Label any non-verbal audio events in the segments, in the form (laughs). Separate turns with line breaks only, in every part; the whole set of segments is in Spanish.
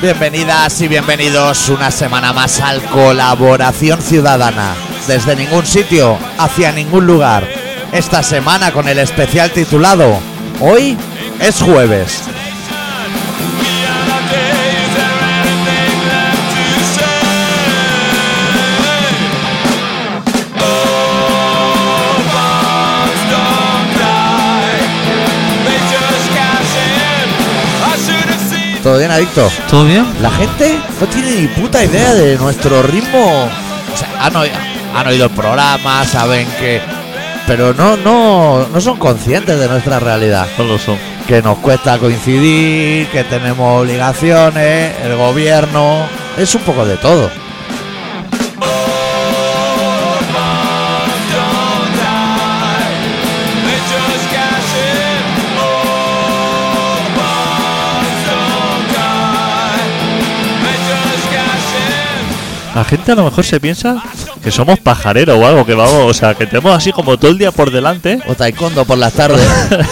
Bienvenidas y bienvenidos una semana más al Colaboración Ciudadana. Desde ningún sitio, hacia ningún lugar. Esta semana con el especial titulado Hoy es jueves. ¿Todo bien, Adicto?
¿Todo bien?
La gente no tiene ni puta idea de nuestro ritmo. O sea, han, oído, han oído el programa, saben que. Pero no, no, no son conscientes de nuestra realidad.
No lo son.
Que nos cuesta coincidir, que tenemos obligaciones, el gobierno. Es un poco de todo.
La gente a lo mejor se piensa que somos pajareros o algo, que vamos, o sea, que tenemos así como todo el día por delante.
O taekwondo por las tardes.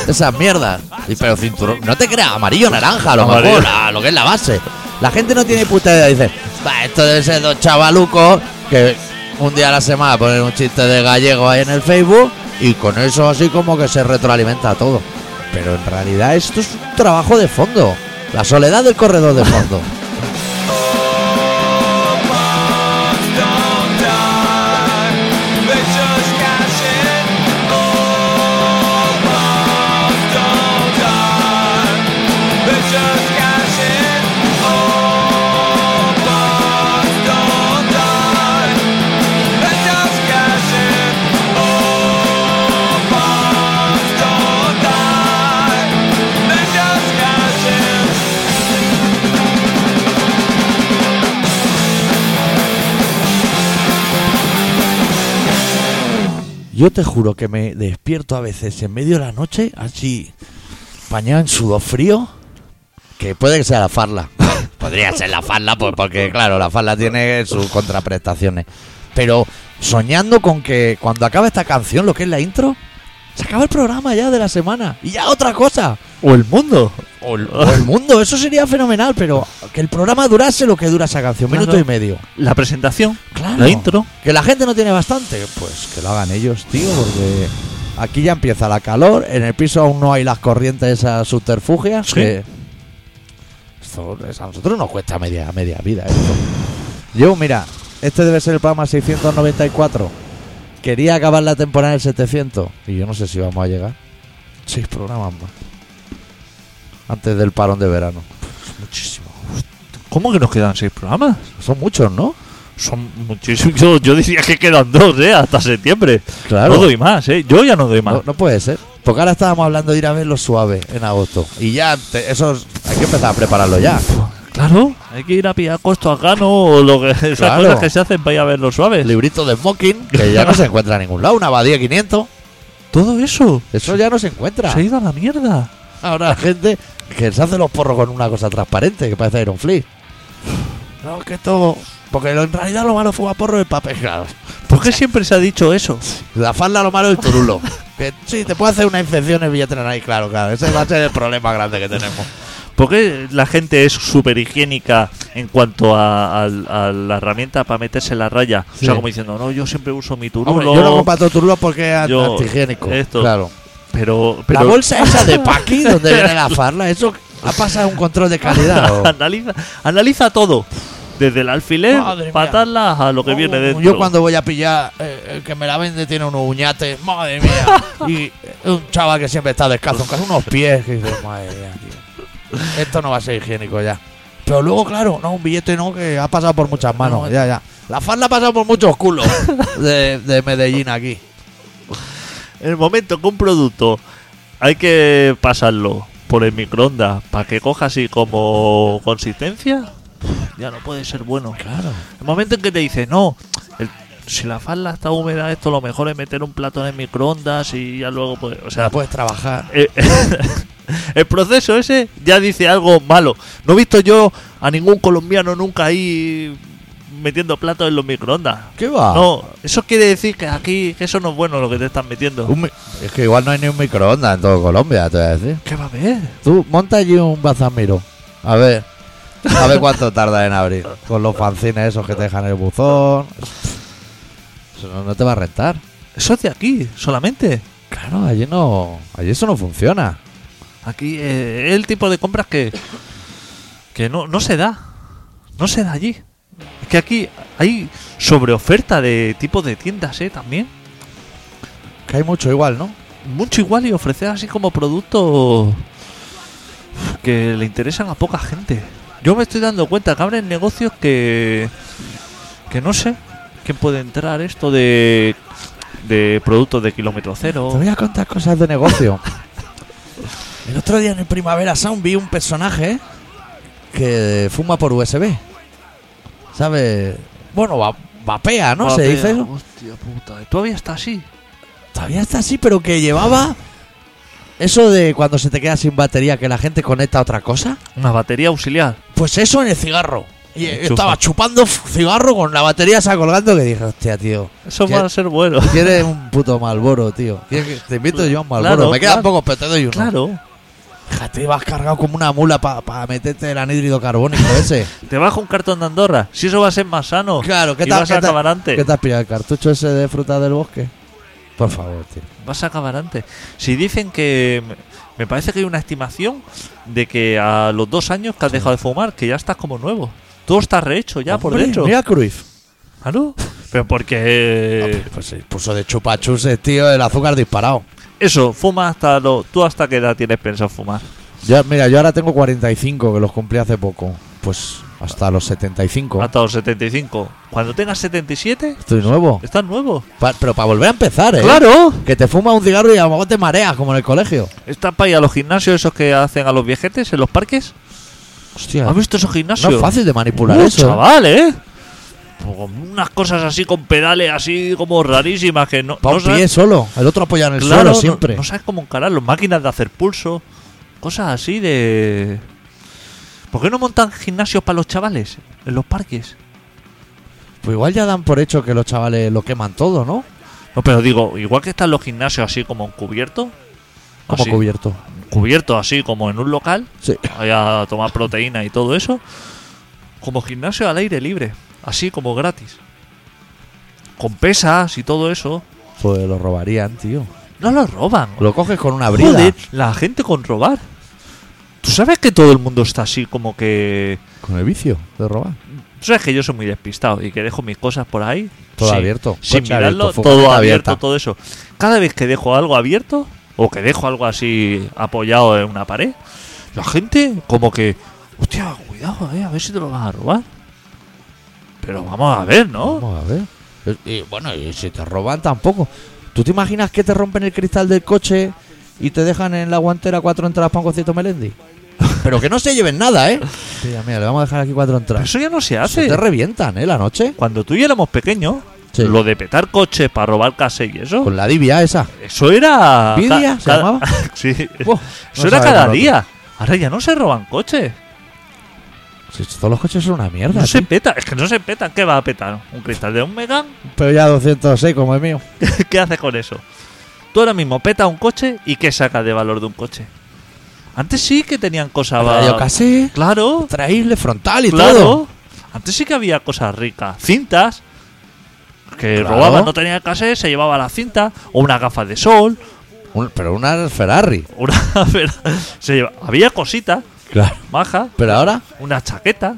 Esas mierdas. Y pero cinturón. No te creas, amarillo, naranja, a lo
Amarillo.
mejor, a lo que es la base. La gente no tiene puta idea. Dice, "Bah, esto debe ser dos chavalucos que un día a la semana ponen un chiste de gallego ahí en el Facebook y con eso así como que se retroalimenta todo. Pero en realidad esto es un trabajo de fondo. La soledad del corredor de fondo. Yo te juro que me despierto a veces en medio de la noche, así, bañado en sudor frío, que puede que sea la farla. (laughs) Podría ser la farla, pues, porque claro, la farla tiene sus contraprestaciones. Pero soñando con que cuando acaba esta canción, lo que es la intro, se acaba el programa ya de la semana. Y ya otra cosa.
O el mundo.
O
(laughs)
el, o el mundo, eso sería fenomenal, pero que el programa durase lo que dura esa canción,
Claro.
minuto y medio.
La presentación,
Claro.
la intro.
Que la gente no tiene bastante. Pues que lo hagan ellos, tío, porque aquí ya empieza la calor. En el piso aún no hay las corrientes esas subterfugias.
Sí.
que- Esto, es- a nosotros nos cuesta media, media vida esto. Yo, mira, este debe ser el programa 694. Quería acabar la temporada en el 700. Y yo no sé si vamos a llegar. Seis programas más. Antes del parón de verano. Muchísimo.
¿Cómo que nos quedan seis programas?
Son muchos, ¿no?
Son muchísimos. Yo, yo diría que quedan dos, ¿eh? Hasta septiembre. No doy más, ¿eh? Yo ya no doy más.
No, no puede ser. Porque ahora estábamos hablando de ir a ver los suaves en agosto. Y ya, te- eso hay que empezar a prepararlo ya.
Claro, hay que ir a pillar costo a gano o lo que, (laughs) esas
Claro.
cosas que se hacen para ir a ver los suaves.
El librito de Smoking, que ya no se encuentra en ningún lado. Una abadía 500,
Todo eso
eso ya no se encuentra.
se ha ido a la mierda.
Ahora la gente que se hace los porros con una cosa transparente, que parece Iron Flea. No, que esto. Porque lo- en realidad lo malo fue a porro el papel. Claro.
¿Por qué siempre se ha dicho eso?
La falda lo malo es el turulo. que sí, te puede hacer una infección en el billete de la nariz, claro, claro. Ese va a ser el problema grande que tenemos.
¿Por qué la gente es súper higiénica en cuanto a, al- a la herramienta para meterse la raya? O
Sí.
sea, como diciendo, no, yo siempre uso mi turulo,
Hombre, yo no comparto turulo porque es
Yo-
antihigiénico.
esto-
Claro.
pero, pero
La bolsa esa (laughs) de Paqui, donde viene la farla, eso ha pasado un control de calidad. (laughs) ¿o?
(laughs) analiza, analiza todo. Desde el alfiler,
Madre mía.
patarlas a lo que viene
Oh,
dentro.
Yo cuando voy a pillar, eh, el que me la vende tiene unos uñates, madre mía. y eh, un chaval que siempre está descalzo, en casa, unos pies, que dice, madre mía, tío. Esto no va a ser higiénico ya. Pero luego, claro, no, un billete no, que ha pasado por muchas manos,
No,
ya, ya. La farla ha pasado por muchos (laughs) culos de, de Medellín aquí.
En el momento que un producto hay que pasarlo por el microondas para que coja así como consistencia, ya no puede ser bueno.
Claro.
El momento en que te dice, no, el- si la falda está húmeda, esto lo mejor es meter un plato en el microondas y ya luego, pues, o sea,
Puedes trabajar.
eh, (laughs) el proceso ese ya dice algo malo. No he visto yo a ningún colombiano nunca ahí metiendo platos en los microondas.
¿Qué va?
No, eso quiere decir que aquí que eso no es bueno lo que te están metiendo.
Un mi- es que igual no hay ni un microondas en todo Colombia, te voy a decir.
¿Qué va a haber?
Tú monta allí un bazamiro. A ver. ¿Sabe cuánto tarda en abrir? Con los fanzines esos que te dejan en el buzón. Eso no, no te va a rentar.
Eso es de aquí, solamente.
Claro, allí no. Allí eso no funciona.
Aquí eh, es el tipo de compras que, que no, no se da. No se da allí. Es que aquí hay sobreoferta de tipo de tiendas, ¿eh? También.
Que hay mucho igual, ¿no?
Mucho igual y ofrecer así como productos que le interesan a poca gente. Yo me estoy dando cuenta que abren negocios que. que no sé quién puede entrar esto de. de productos de kilómetro cero.
Te voy a contar cosas de negocio. el otro día en el Primavera Sound vi un personaje que fuma por USB. ¿Sabe? Bueno, va- vapea, ¿no? Se
Vapea,
dice eso.
Hostia puta, todavía está así.
Todavía está así, pero que llevaba eso de cuando se te queda sin batería que la gente conecta a otra cosa.
Una batería auxiliar.
Pues eso en el cigarro. Y
Enchufa.
estaba chupando f- cigarro con la batería esa colgando que dije, hostia, tío.
Eso
Ya-
va a
(laughs)
ser bueno.
Tienes un puto Malboro, tío. Tienes que- Te invito yo a un Malboro.
Claro,
Me quedan
claro.
pocos, pero te doy uno.
Claro.
Fíjate, vas cargado como una mula para meterte el anhídrido carbónico (laughs) ese.
Te bajo un cartón de Andorra. Si eso va a ser más sano.
claro, ¿qué
Y
te,
vas a
qué te-
acabar antes.
¿Qué te has pillado? ¿El cartucho ese de fruta del bosque? Por favor, tío.
Vas a acabar antes. Si dicen que. Me parece que hay una estimación de que a los dos años que has dejado de fumar, que ya estás como nuevo. Todo está rehecho ya por
Hombre,
dentro.
Mira Cruyff.
Claro. Pero porque.
Ah, pues se puso de chupachuses, tío, el azúcar disparado.
Eso, fuma hasta lo. ¿Tú hasta qué edad tienes pensado fumar?
Ya, mira, yo ahora tengo 45, que los cumplí hace poco. Pues hasta los 75.
Hasta los 75. Cuando tengas 77,
Estoy nuevo.
estás nuevo.
Pa- pero para volver a empezar, ¿eh?
¡Claro!
Que te fumas un cigarro y a lo mejor te mareas, como en el colegio.
Estás para ir a los gimnasios esos que hacen a los viejetes en los parques.
Hostia.
¿Has visto esos
No
gimnasios?
es fácil de manipular
Ah, Uh,
eso. ¿eh?
chaval, ¿eh? Pues con unas cosas así con pedales así como rarísimas que no,
Pa'
no
un pie solo, el otro apoyado en el
claro,
suelo
no-
siempre.
No, sabes cómo encararlo. Máquinas de hacer pulso, cosas así de. ¿Por qué no montan gimnasios para los chavales en los parques?
Pues igual ya dan por hecho que los chavales lo queman todo, ¿no?
No, pero digo, igual que están los gimnasios así como encubierto,
Como
así,
cubierto.
cubierto así como en un local,
Sí.
ahí a tomar proteína y todo eso, como gimnasio al aire libre, así como gratis, con pesas y todo eso.
Pues lo robarían, tío.
No lo roban.
Lo coges con una brida.
Joder, la gente con robar. Tú sabes que todo el mundo está así como que...
Con el vicio de robar.
Tú sabes que yo soy muy despistado y que dejo mis cosas por ahí.
Todo
sin-
abierto.
Sin
coche
mirarlo,
abierto,
todo
furgoneta
abierto,
abierta.
todo eso. Cada vez que dejo algo abierto o que dejo algo así apoyado en una pared, la gente como que... Hostia, cuidado, eh, a ver si te lo vas a robar. Pero vamos a ver, ¿no?
Vamos a ver. Es- Eh, Y bueno, y si te roban tampoco. ¿Tú te imaginas que te rompen el cristal del coche y te dejan en la guantera cuatro entradas para un concierto Melendi? (laughs) Pero que no se lleven nada, ¿eh? Pues Mira, mira, le vamos a dejar aquí cuatro
Pero
entradas.
eso ya no se
Se
hace.
te revientan, ¿eh? La noche.
Cuando tú y yo éramos pequeños,
Sí.
lo de petar coches para robar casas y eso...
Con la divia esa.
Eso era.
¿Vidia
ca-
se
cada-
llamaba?
(laughs)
(laughs)
sí.
Buah,
Eso
no
era
sabe
cada
cómo lo-
día. Ahora ya no se roban coches.
Si todos los coches son una mierda.
No se
tío.
peta. Es que no se peta. ¿Qué va a petar? ¿Un cristal de un Megan?
Pero ya 206 como el mío.
(laughs) ¿Qué haces con eso? Tú ahora mismo peta un coche y ¿qué sacas de valor de un coche? Antes sí que tenían cosas. va-
Radio casé,
Claro,
traíble frontal y
claro.
todo.
Antes sí que había cosas ricas. Cintas. Que
Claro.
robaban, no tenía casé, se llevaba la cinta. O una gafa de sol.
Un- pero una Ferrari.
Una. (laughs) se lleva- había cositas.
Claro.
Maja.
Pero ahora,
una chaqueta,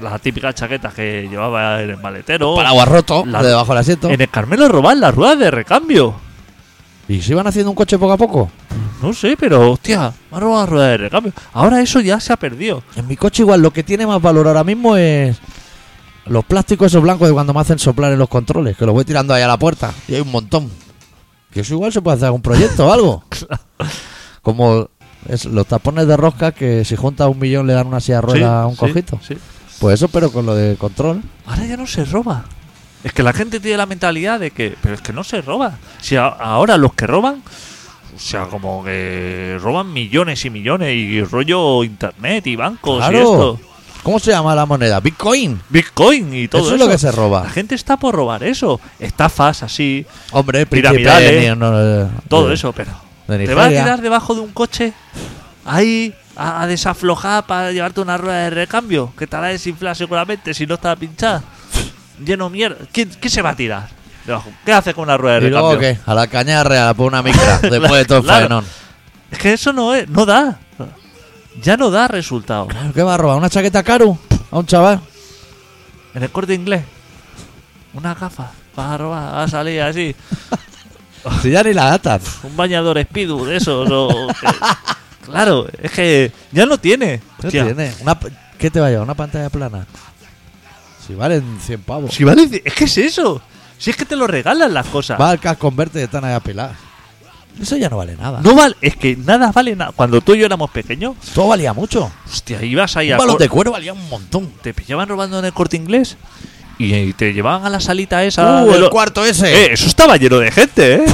las típicas chaquetas que llevaba en el maletero.
paraguas roto
La-
de debajo del asiento.
En el Carmelo robaban las ruedas de recambio.
¿Y se iban haciendo un coche poco a poco?
No sé, pero hostia, me han robado las ruedas de recambio. Ahora eso ya se ha perdido.
En mi coche igual lo que tiene más valor ahora mismo es los plásticos esos blancos de cuando me hacen soplar en los controles, que los voy tirando ahí a la puerta y hay un montón. Que eso igual se puede hacer un proyecto o
(laughs)
algo. Como es- los tapones de rosca que si juntas un millón le dan una silla de ruedas
Sí,
a un
sí,
cojito.
sí.
Pues eso, pero con lo de control.
Ahora ya no se roba. Es que la gente tiene la mentalidad de que, pero es que no se roba. Si a- ahora los que roban, o sea, como que roban millones y millones y rollo internet y bancos y
Claro.
Oh, esto.
¿Cómo se llama la moneda? Bitcoin.
Bitcoin y todo
eso
eso.
es lo que se
La
roba.
gente está por robar eso. Estafas así,
Hombre, príncipe
Piramidales,
de- no, eh, no, de-
todo
de-
eso, pero
de
¿Te vas a
Nigeria.
tirar debajo de un coche? Ahí, a, a desaflojar para llevarte una rueda de recambio que te hará desinflar seguramente si no está pinchada. Lleno de mierda. ¿Quién, quién se va a tirar? debajo? ¿Qué hace con una rueda de
¿Y luego
recambio?
qué? A la caña real, por una
(laughs)
micra, después de todo el
Claro.
faenón.
Es que eso no es, no da. Ya no da resultado.
Claro, ¿Qué va a robar? ¿Una chaqueta caro? A un chaval.
En el corte inglés. Una gafa. Vas a robar, vas a salir así.
Si ya ni la atas.
Un bañador Speedu de esos.
(laughs)
o- que- claro, es que ya no tiene.
¿Qué
Hostia.
tiene? Una pa- ¿Qué te va a llevar? ¿Una pantalla plana? Si valen 100 pavos.
Si vale, es que es eso. Si es que te lo regalan las cosas.
Va al casco verte y están ahí a pilar. Eso ya no vale nada.
No vale, es que nada vale nada. Cuando tú y yo éramos pequeños,
Todo valía mucho.
hostia, ibas ahí a
Un balón
cor-
de cuero valía un montón.
te pillaban robando en el corte inglés y, y te llevaban a la salita esa.
¡Uh,
Ah, de
el
lo-
cuarto ese!
Eh, eso estaba lleno de
(laughs)
gente, ¿eh?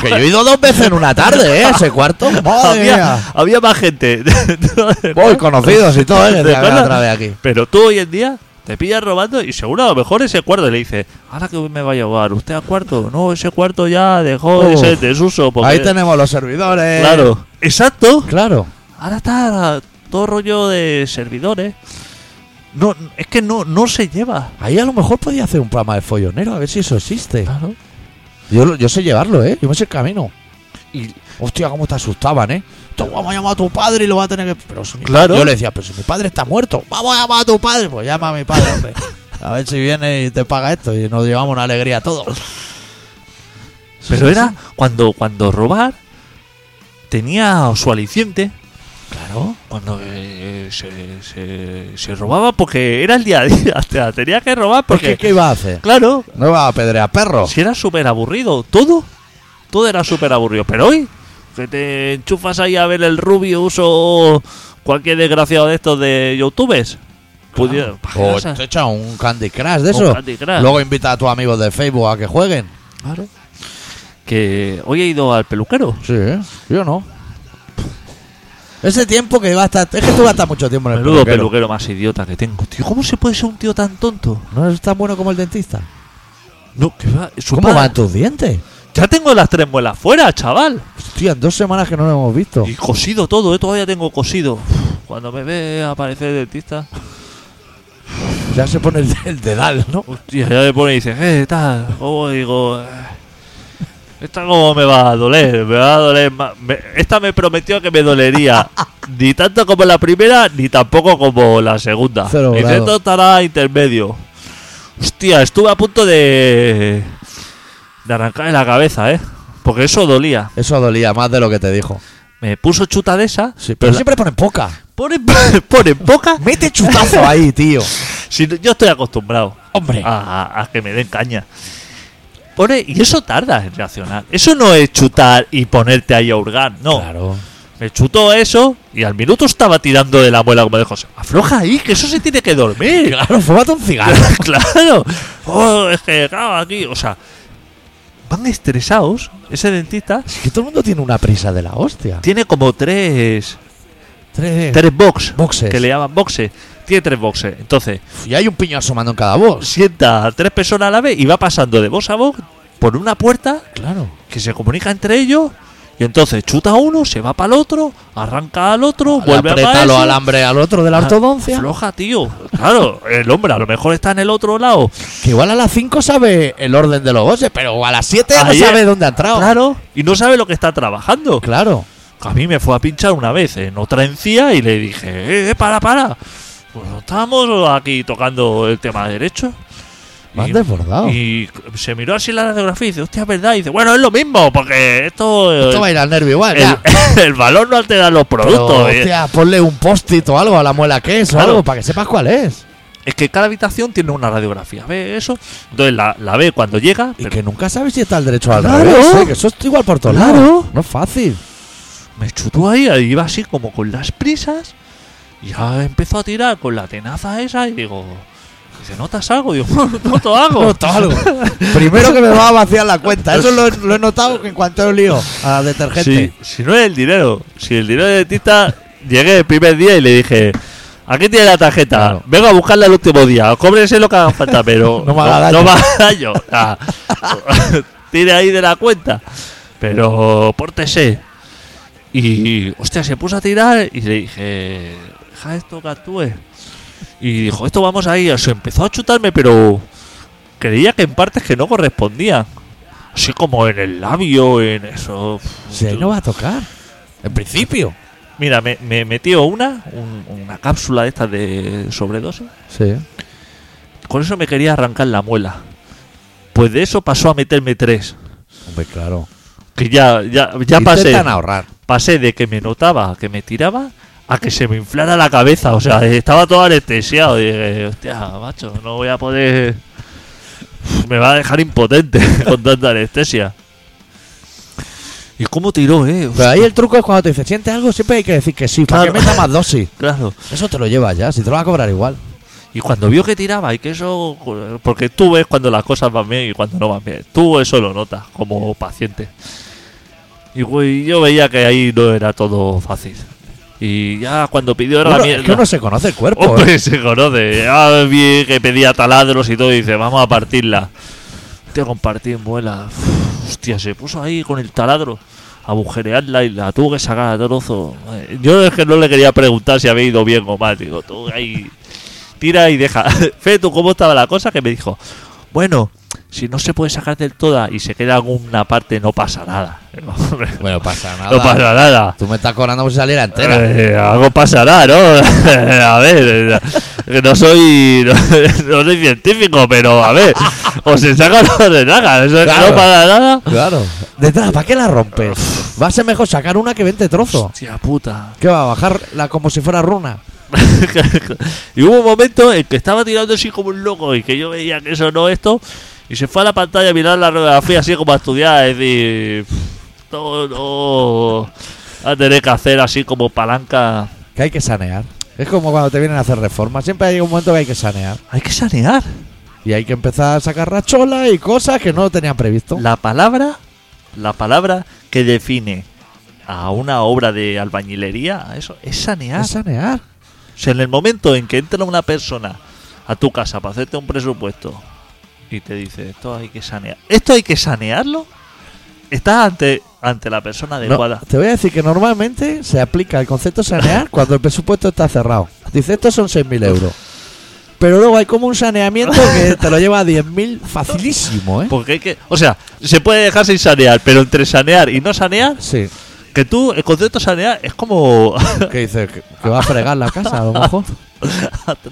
Que yo he ido dos veces en una tarde, ¿eh? Ese cuarto. ¡Madre
(laughs) había,
mía!
había más gente. (laughs)
Voy conocidos y todo, ¿eh? Que
¿Te
te hagan
acuerdas?
otra vez aquí.
Pero tú hoy en día te pillas robando y seguro a lo mejor ese cuarto le dice, ahora que me va a llevar usted al cuarto. No, ese cuarto ya dejó de
Uf,
ser desuso. Porque,
Uh. Ahí tenemos los servidores.
Claro. Eh, Exacto.
Claro.
Ahora está todo rollo de servidores. No, es que no, no se lleva.
Ahí a lo mejor podía hacer un programa de follonero, a ver si eso existe.
Claro.
Yo, lo- yo sé llevarlo, ¿eh? Yo me sé el camino. Y, hostia, cómo te asustaban, ¿eh? Tú, vamos a llamar a tu padre y lo va a tener que... Pero si mi-
Claro.
Yo le decía, pero si mi padre está muerto, vamos a llamar a tu padre. Pues llama a mi padre, hombre. A ver si viene y te paga esto y nos llevamos una alegría a (laughs) todos.
Pero era cuando, cuando robar tenía su aliciente.
Claro.
Cuando eh, eh, se, se- se robaba porque era el día a día. (laughs) O sea, tenía que robar
Porque,
porque,
¿qué iba a hacer?
claro,
No iba a apedrear perros.
si era súper aburrido. Todo, todo era súper aburrido. Pero hoy, que te enchufas ahí a ver el Rubius o cualquier desgraciado de estos de YouTubes. Pudiera-
O
páginas-
Pues te echa un Candy Crush de
Un
eso.
Candy Crush.
Luego invita a tus amigos de Facebook a que jueguen.
Claro. Que hoy he ido al peluquero.
Sí, ¿eh? yo no. Ese tiempo que va a estar. Es que tú vas a estar mucho tiempo en el
Menudo peluquero.
peluquero.
más idiota que tengo. Tío, ¿cómo se puede ser un tío tan tonto?
No es tan bueno como el dentista.
No, que va. su
¿Cómo
padre-
van tus dientes?
Ya tengo las tres muelas fuera, chaval.
Hostia, en dos semanas que no lo hemos visto.
Y cosido todo, ¿eh? todavía tengo cosido. Cuando me ve aparecer el dentista,
Ya se pone el, el dedal, ¿no?
hostia, ya me pone y dice, "Eh, ¿qué tal? ¿Cómo digo? eh, Esta como me va a doler, me va a doler más. Me- esta me prometió que
(laughs)
me dolería. ni tanto como la primera, ni tampoco como la segunda.
Cero
Dice,
grado.
esto estará intermedio. Hostia, estuve a punto de. de arrancarle la cabeza, ¿eh? Porque eso dolía.
Eso dolía más de lo que te dijo.
Me puso chuta de esa.
Sí, pero
la-
siempre ponen poca.
Pone, (laughs) pone poca.
Mete chutazo ahí, tío. Ah,
Si no- yo estoy acostumbrado
Hombre.
a, a- a que me den caña. Pone, e, y eso tarda en reaccionar. Eso no es chutar y ponerte ahí a hurgar. No.
Claro.
Me chutó eso y al minuto estaba tirando de la muela como de José. Afloja ahí, que eso se tiene que dormir.
Claro, fumate un cigarro.
(laughs) claro. Oh, es que claro, aquí. O sea, van estresados. Ese dentista
Es que todo el mundo tiene una prisa de la hostia.
tiene como tres.
Tres.
Tres box.
Boxes.
Que le llaman boxes. Tiene tres boxes. Entonces,
Y hay un piño asomando en cada voz.
sienta a tres personas a la vez y va pasando de voz a voz por una puerta
Claro.
que se comunica entre ellos y entonces chuta a uno, se va para el otro, arranca al otro,
Le
vuelve
aprieta
a Ah,
los
para
alambres al otro de la ortodoncia.
Floja, tío. Claro, el hombre a lo mejor está en el otro lado.
Que igual a las 5 sabe el orden de los goces, pero a las 7 no
Ayer-
sabe dónde ha entrado.
Claro, y no sabe lo que está trabajando.
Claro.
A mí me fue a pinchar una vez en otra encía y le dije, eh, eh, para, para. Pues no estamos aquí tocando el tema de derecho.
Me han
Y-
desbordado.
Y se miró así la radiografía y dice, hostia, es verdad. Y dice, bueno, es lo mismo, porque esto. eh,
Esto va a ir al nervio igual.
el,
ya.
(laughs) el valor no altera los
Pero,
productos. eh.
hostia, ponle un post-it o algo a la muela que es o
Claro.
algo para que sepas cuál es.
Es que cada habitación tiene una radiografía. Ve eso. Entonces la, la ve cuando llega.
Y
pero
que nunca sabes si está el derecho o al
Claro.
revés. ¿eh? Que eso es igual por todos
Claro.
lados. No es fácil.
Me chutó ahí, ahí iba así como con las prisas. Y ya empezó a tirar con la tenaza esa. Y digo, dice, ¿notas algo? Digo, (laughs) no, no noto algo.
Noto
(laughs)
algo. Primero que me va a vaciar la cuenta. Eso lo, he- lo he notado en cuanto he lío a detergente.
Si, si no es el dinero, si el dinero de dentista, llegué el primer día y le dije, aquí tiene la tarjeta,
Claro.
vengo a buscarla el último día, cóbrese lo que haga falta, pero
No me haga daño.
(laughs) no me haga daño. (laughs) O sea, tire ahí de la cuenta, pero pórtese. Y, hostia, se puso a tirar y le dije, deja esto que actúe. Y dijo, esto vamos ahí. Se empezó a chutarme, pero creía que en partes que no correspondían. Así como en el labio, en eso.
Si ahí no va a tocar. En principio.
Mira, me, me metió una, un- una cápsula de estas de sobredosis.
Sí.
Con eso me quería arrancar la muela. Pues de eso pasó a meterme tres.
Hombre, claro.
Que ya, ya, ya pasé.
Intentan ahorrar.
pasé de que me notaba, que me tiraba, a que se me inflara la cabeza. O sea, estaba todo anestesiado. Y dije, hostia, macho, no voy a poder. Me va a dejar impotente (laughs) con tanta anestesia. ¿Y cómo tiró, eh?
Pero ahí el truco es cuando te dice, sientes algo, siempre hay que decir que sí, para
Claro.
que meta más dosis.
(laughs) Claro.
(laughs) Eso te lo llevas ya, si te lo va a cobrar igual.
Y cuando vio que tiraba y que eso. Porque tú ves cuando las cosas van bien y cuando no van bien. Tú eso lo notas como paciente. Y güey, yo veía que ahí no era todo fácil. Y ya cuando pidió era
Bueno,
la
es
mierda.
que uno se conoce el cuerpo. ¿eh?
Hombre, se conoce. Ah, vi que pedía taladros y todo. Y dice, vamos a partirla. Te compartí en muela. Uf, Hostia, se puso ahí con el taladro. a Agujerearla y la tuvo que sacar a trozo. Madre, Yo es que no le quería preguntar si había ido bien o mal. Digo, tú ahí. Tira y deja. (laughs) Fe, ¿tú cómo estaba la cosa? Que me dijo, bueno, si no se puede sacar del toda y se queda alguna parte, no pasa nada. (laughs) Hombre,
Bueno, pasa nada.
no pasa nada.
Tú me estás cobrando por si saliera entera.
Eh, algo pasará, ¿no? (laughs) a ver, eh, que no soy no, (laughs) no soy científico, pero a ver, o se saca o se saca, eso
Claro.
no para nada.
Claro. Detrás, ¿para qué la rompes? Va a ser mejor sacar una que 20 trozos.
Hostia puta.
¿Qué va a bajar la como si fuera runa?
(laughs) y hubo un momento en que estaba tirando así como un loco y que yo veía que eso no esto y se fue a la pantalla a mirar la radiografía así como a estudiar, es decir, no, no, a tener que hacer así como palanca.
Que hay que sanear. Es como cuando te vienen a hacer reformas. Siempre hay un momento que hay que sanear.
Hay que sanear.
Y hay que empezar a sacar racholas y cosas que no tenían previsto.
La palabra, la palabra que define a una obra de albañilería, a eso, es sanear.
Es sanear.
O sea, en el momento en que entra una persona a tu casa para hacerte un presupuesto y te dice, esto hay que sanear, esto hay que sanearlo, estás ante, ante la
No,
persona adecuada.
te voy a decir que normalmente se aplica el concepto
(laughs)
sanear cuando el presupuesto está cerrado. Dice, estos son 6.000 euros. Pero luego hay como un saneamiento que te lo lleva a 10.000 facilísimo, ¿eh?
Porque hay que, o sea, se puede dejar sin sanear, pero entre sanear y no sanear,
Sí.
que tú, el concepto sanear es como (laughs)
Que dice que, que va a fregar la casa, a lo mejor.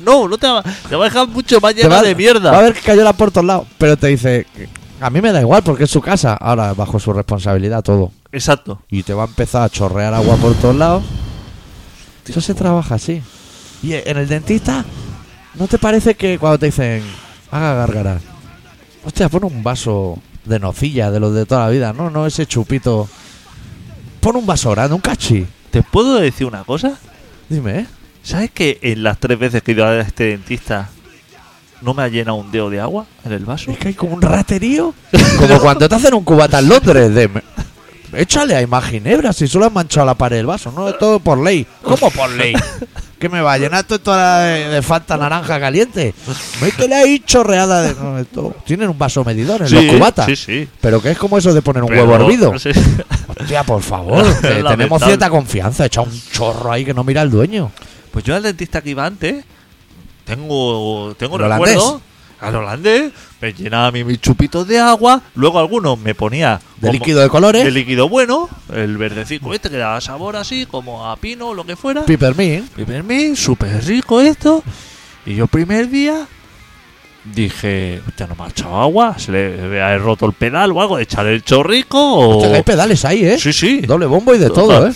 no, no te va, te va a dejar mucho más
Te
llena
va-
de mierda.
Va a ver que cayó la por todos lados. Pero te dice, que a mí me da igual porque es su casa. Ahora, bajo su responsabilidad todo.
Exacto.
Y te va a empezar a chorrear agua por todos lados. Eso se trabaja así. Y en el dentista, ¿no te parece que cuando te dicen haga gárgara? Hostia, pon un vaso de nocilla, de los de toda la vida. No, no, ese chupito. Pon un vaso grande, un cachi.
¿Te puedo decir una cosa?
Dime, ¿eh?
¿Sabes que en las tres veces que he ido a este dentista no me ha llenado un dedo de agua en el vaso?
Es que hay como un raterío. Como cuando te hacen un cubata en Londres de... "Me- Échale ahí más ginebra si solo has manchado la pared del vaso. No, todo por ley. ¿Cómo por
(laughs)
ley? que me va a llenar esto toda la de, de Fanta naranja caliente. Métele ahí chorreada de... no, esto- Tienen un vaso medidor en los cubatas.
Sí, sí.
Pero que es como eso de poner un
Pero-
huevo hervido. (laughs)
sí.
Hostia, por
(laughs)
favor.
Es
que tenemos
lamentable.
cierta confianza. Echa un chorro ahí que no mira el dueño.
Pues yo al dentista que iba antes, tengo, tengo
¿El holandés?
recuerdo al holandés, me llenaba mi- mis chupitos de agua, luego algunos me ponía
De
como-
líquido de colores.
de líquido bueno, el verdecito este que daba sabor así, como a pino o lo que fuera.
Peppermint.
Primer mes, súper rico esto. Y yo primer día dije, hostia, no me ha echado agua, se le ha roto el pedal o algo, echarle el chorrico o...
Hostia, que hay pedales ahí, ¿eh?
Oh. Sí, sí.
Doble bombo y de todo, ¿eh?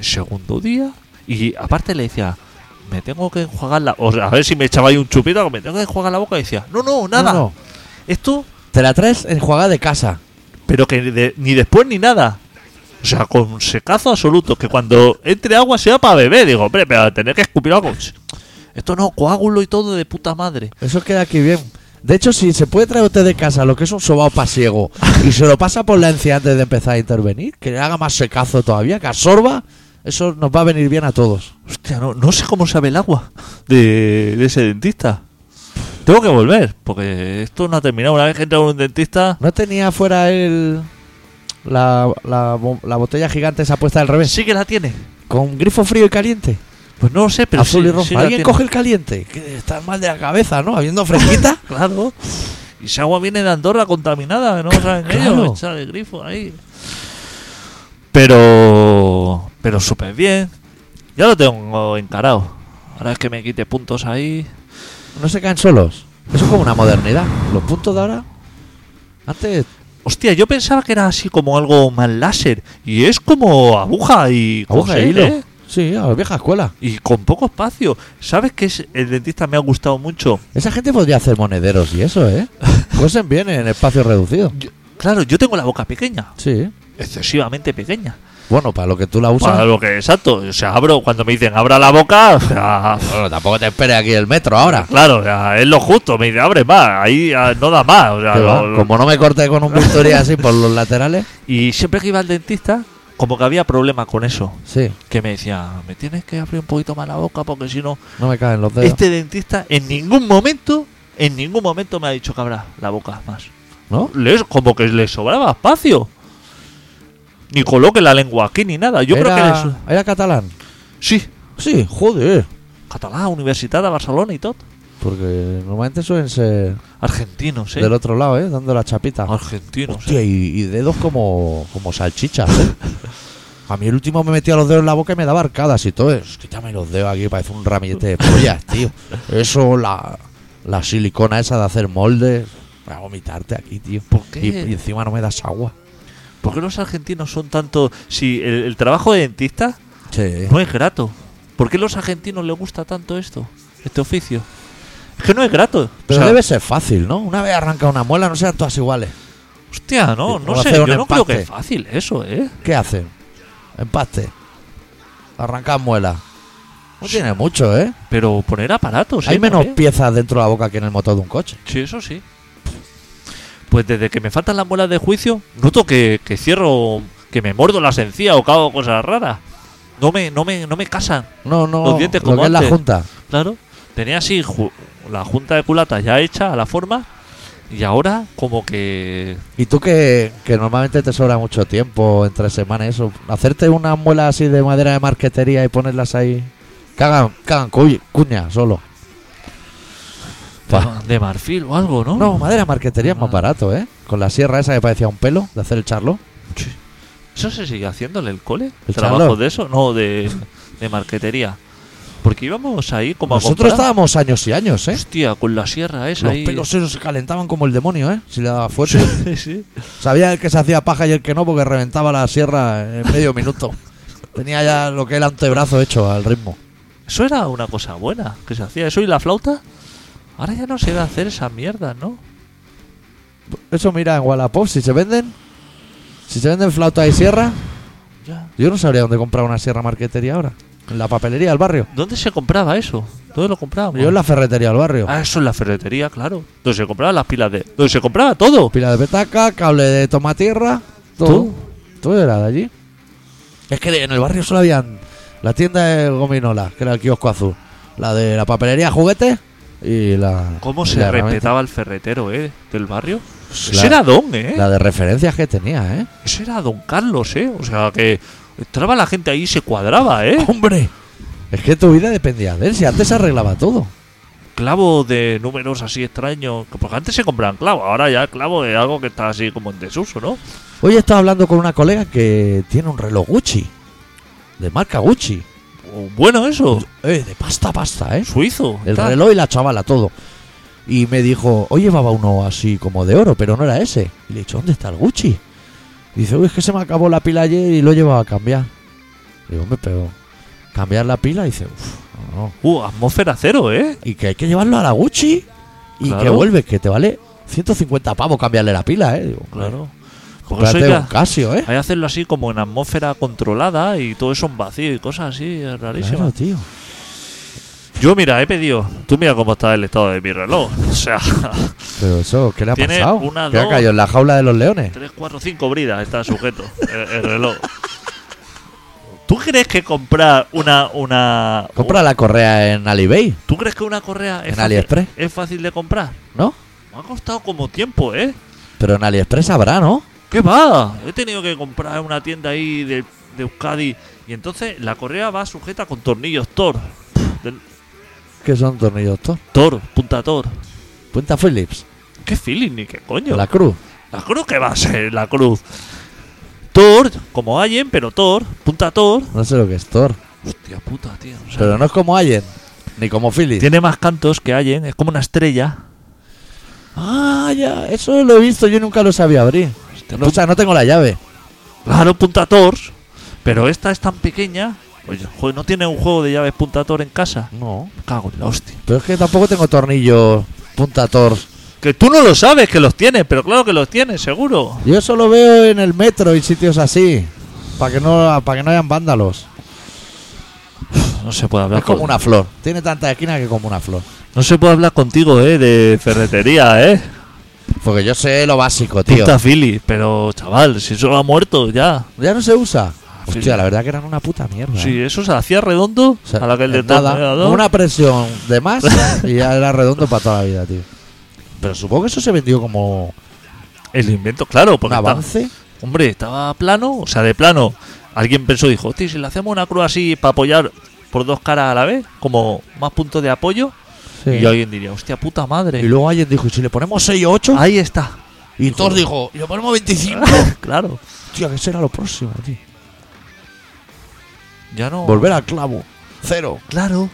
Segundo día. Y aparte le decía, me tengo que enjuagar la... O sea, a ver si me echaba ahí un chupito, que me tengo que enjuagar la boca. Y decía, no, no, nada.
No, no.
Esto,
Te la traes enjuagada de casa.
pero que de- ni después ni nada. O sea, con secazo absoluto, que cuando entre agua sea para beber. Digo, hombre, pero tener que escupir algo. Esto no, coágulo y todo de puta madre.
Eso queda aquí bien. De hecho, si se puede traer usted de casa lo que es un sobao pasiego y se lo pasa por la encía antes de empezar a intervenir, que le haga más secazo todavía, que absorba, eso nos va a venir bien a todos.
Hostia, no, no sé cómo sabe el agua de, de ese dentista. Tengo que volver, porque esto no ha terminado. Una vez que entra un dentista,
¿No tenía fuera el, la, la bo- la botella gigante esa puesta al revés?
Pues Sí que la tiene.
Con grifo frío y caliente.
Pues no lo sé, pero
azul
sí,
y rojo.
sí la
Alguien
tiene.
coge el caliente. Que está mal de la cabeza, ¿no? Habiendo
(laughs)
fresquita.
Claro. Y esa agua viene de Andorra contaminada, no saben
Claro.
ellos, echa de grifo ahí. Pero. Pero súper bien. Ya lo tengo encarado. Ahora es que me quite puntos ahí.
no se caen solos. Eso es como una modernidad. Los puntos de ahora. Antes.
Hostia, yo pensaba que era así como algo más láser. Y es como aguja y
Aguja de
coser,
hilo.
¿eh?
Sí, a la vieja escuela.
Y con poco espacio. ¿Sabes qué es? El dentista me ha gustado mucho.
Esa gente podría hacer monederos y eso,
(laughs)
¿eh? Cosen bien en espacio reducido.
Yo- claro, yo tengo la boca pequeña.
Sí.
Excesivamente pequeña.
Bueno, para lo que tú la usas.
Para lo que exacto. O sea, abro, cuando me dicen abra la boca, o sea, (laughs)
Bueno, tampoco te esperes aquí el metro ahora.
claro, o sea, es lo justo. Me dice abre más, ahí ah, no da más. o sea,
Que va,
lo- lo-
Como no me corte con un bisturí así por los laterales.
Y siempre que iba al dentista, como que había problema con eso.
Sí,
Que me decía, me tienes que abrir un poquito más la boca porque si no.
no me caen los dedos.
Este dentista en ningún momento, en ningún momento me ha dicho que abra la boca más.
¿No?
Les, como que le sobraba espacio. Ni coloque la lengua aquí ni nada. Yo creo
era,
que les-
era catalán.
Sí,
Sí, joder.
catalán, Universidad de Barcelona y todo.
Porque normalmente suelen ser
Argentinos, eh.
del otro lado, ¿eh? Dando la chapita.
Argentinos.
Hostia,
eh.
y, y dedos como, como salchichas, ¿eh? A mí el último me metía los dedos en la boca y me daba arcadas y todo. Es que ya me los dedos aquí, parece un ramillete de
(laughs)
pollas, tío. Eso, la, la silicona esa de hacer moldes. Voy a vomitarte aquí, tío.
¿Por qué?
Y, y encima no me das agua.
¿Por qué los argentinos son tanto.? Si el, el trabajo de dentista
Sí.
no es grato. ¿Por qué a los argentinos les gusta tanto esto? Este oficio. Es que no es grato.
Pero
O sea,
debe ser fácil, ¿no? Una vez arranca una muela, no sean todas iguales.
Hostia, no,
Sí,
no
o
sé.
hacer
Yo
un
no creo que
empate.
es fácil eso, eh.
¿Qué hacen? Empaste. Arrancan muelas. No tiene mucho, ¿eh?
Pero poner aparatos.
Hay
eh,
menos
también.
piezas dentro de la boca que en el motor de un coche.
Sí, eso sí. Pues desde que me faltan las muelas de juicio, noto que, que cierro, que me muerdo las encías o que hago cosas raras. No me, no me, no me casan,
No, no.
Los dientes
lo
como
que es la
antes.
junta.
claro. Tenía así ju- la junta de culata ya hecha a la forma y ahora como que...
Y tú que, que normalmente te sobra mucho tiempo entre semanas, eso. Hacerte una muela así de madera de marquetería y ponerlas ahí. Cagan, cagan cu- cuña solo.
De,
Pa.
ma- de marfil o algo, ¿no?
No, madera de marquetería es más
Ah.
barato, ¿eh? Con la sierra esa que parecía un pelo de hacer el charlo.
Sí. ¿Eso se sigue haciéndole el cole?
¿El
¿Trabajo
charlón?
de eso? No, de, de marquetería. Porque íbamos ahí como a
Nosotros
comprar.
estábamos años y años, ¿eh?
Hostia, con la sierra esa
Los
ahí.
pelos esos se calentaban como el demonio, ¿eh? Si le daba fuerte.
(laughs) Sí, sí.
Sabía el que se hacía paja y el que no porque reventaba la sierra en medio
(laughs)
minuto. Tenía ya lo que es el antebrazo hecho al ritmo.
Eso era una cosa buena que se hacía. Eso y la flauta. Ahora ya no se debe hacer esa mierda, ¿no?
Eso mira en Wallapop, si se venden, si se venden flauta y sierra,
Ya.
yo no sabría dónde comprar una sierra marquetería ahora. En la papelería del barrio.
¿Dónde se compraba eso? ¿Dónde lo comprábamos?
Yo en la ferretería del barrio.
Ah, eso en la ferretería, claro. Donde se compraban las pilas de. Donde se compraba todo.
Pila de petaca, cable de tomatierra, todo.
¿Tú?
Todo era de allí. Es que en el barrio solo habían la tienda de gominola, que era el kiosco azul, la de la papelería juguete y la.
¿Cómo
y
se
la herramienta.
respetaba el ferretero, eh? Del barrio.
Pues La-
Ese era don, eh.
La de referencias que tenía, ¿eh?
Ese era don Carlos, eh. O sea que. Entraba la gente ahí y se cuadraba, eh.
¡Hombre! Es que tu vida dependía de él, si antes se arreglaba todo.
Clavos de números así extraños. que- Porque antes se compraban clavos. Ahora ya el clavo es algo que está así como en desuso, ¿no?
Hoy he estado hablando con una colega que tiene un reloj Gucci, de marca Gucci.
Bueno, eso.
Eh, de pasta, pasta, ¿eh?
Suizo.
El
tal.
reloj y la chavala, todo. Y me dijo, hoy llevaba uno así como de oro, pero no era ese. Y le he dicho, ¿dónde está el Gucci? Y dice, uy, es que se me acabó la pila ayer y lo he llevado a cambiar. Digo, me pegó. Cambiar la pila, dice, uff, no, no.
Uh, atmósfera cero, ¿eh?
Y que hay que llevarlo a la Gucci y
Claro.
que vuelve, que te vale 150 pavos cambiarle la pila, ¿eh? Digo,
Claro. Porque eso
Cómprate
hay,
un
que,
Casio, ¿eh?
hay que hacerlo así como en atmósfera controlada y todo eso en vacío y cosas así, es
Claro,
rarísimo.
tío.
Yo, mira, he pedido. Tú mira cómo está el estado de mi reloj. (laughs) O sea,
Pero eso, ¿qué le ha
Tiene
pasado?
una,
¿Qué ha
dos-
caído en la jaula de los leones?
3, 4, 5 bridas está sujeto el, el reloj. ¿Tú crees que comprar una. una
Compra la correa en Alibay,
¿Tú crees que una correa es
En
fácil-
AliExpress.
es fácil de comprar?
¿no?
Me ha costado como tiempo, ¿eh?
Pero en AliExpress habrá, ¿no?
¿Qué va? He tenido que comprar en una tienda ahí de, de Euskadi. Y entonces la correa va sujeta con tornillos Thor. Del-
¿Qué son tornillos Thor?
Thor, punta Thor.
Punta Phillips.
¿Qué feeling ni qué coño?
La cruz.
La cruz que va a ser la cruz. Thor, como Allen, pero Thor, punta Thor.
No sé lo que es Thor.
Hostia puta, tío. o sea,
Pero no es como Allen, ni como Phillips.
Tiene más cantos que Allen, es como una estrella.
Ah, ya, eso lo he visto, yo nunca lo sabía abrir. No, o sea, no tengo la llave.
Claro, punta Thor. Pero esta es tan pequeña. Oye, joder, no tiene un juego de llaves punta Thor en casa.
No.
Me Cago en la hostia.
Pero es que tampoco tengo tornillos punta Thor.
Que tú no lo sabes que los tienes, pero claro que los tienes, seguro.
Yo eso lo veo en el metro y sitios así. Para que, no, para que no hayan vándalos.
No pues, se puede hablar
Es como
con-
una flor. Tiene tanta esquina que como una flor.
No se puede hablar contigo, eh, de ferretería, eh.
Porque yo sé lo básico, tío.
Punta Philly, pero chaval, si eso ha muerto ya.
Ya no se usa. Hostia,
sí.
la verdad que eran una puta mierda. ¿eh?
Si eso se hacía redondo,
O sea,
a la que el
en nada,
detonador-
con una presión de
(laughs)
más y ya era redondo para toda la vida, tío. Pero supongo que eso se vendió como
El invento, claro, porque
un
estaba-
avance.
hombre, estaba plano, o sea, de plano. Alguien pensó, dijo, hostia, ¿y si le hacemos una cruz así para apoyar por dos caras a la vez, como más puntos de apoyo,
Sí.
y alguien diría, hostia puta
Y
madre.
luego alguien dijo, ¿y si le ponemos 6 o 8?
Ahí está.
(laughs) y Thor dijo, ¿y le ponemos
(laughs)
25?
claro.
Tío, que será lo próximo, tío.
Ya no.
Volver al clavo. Cero.
Claro.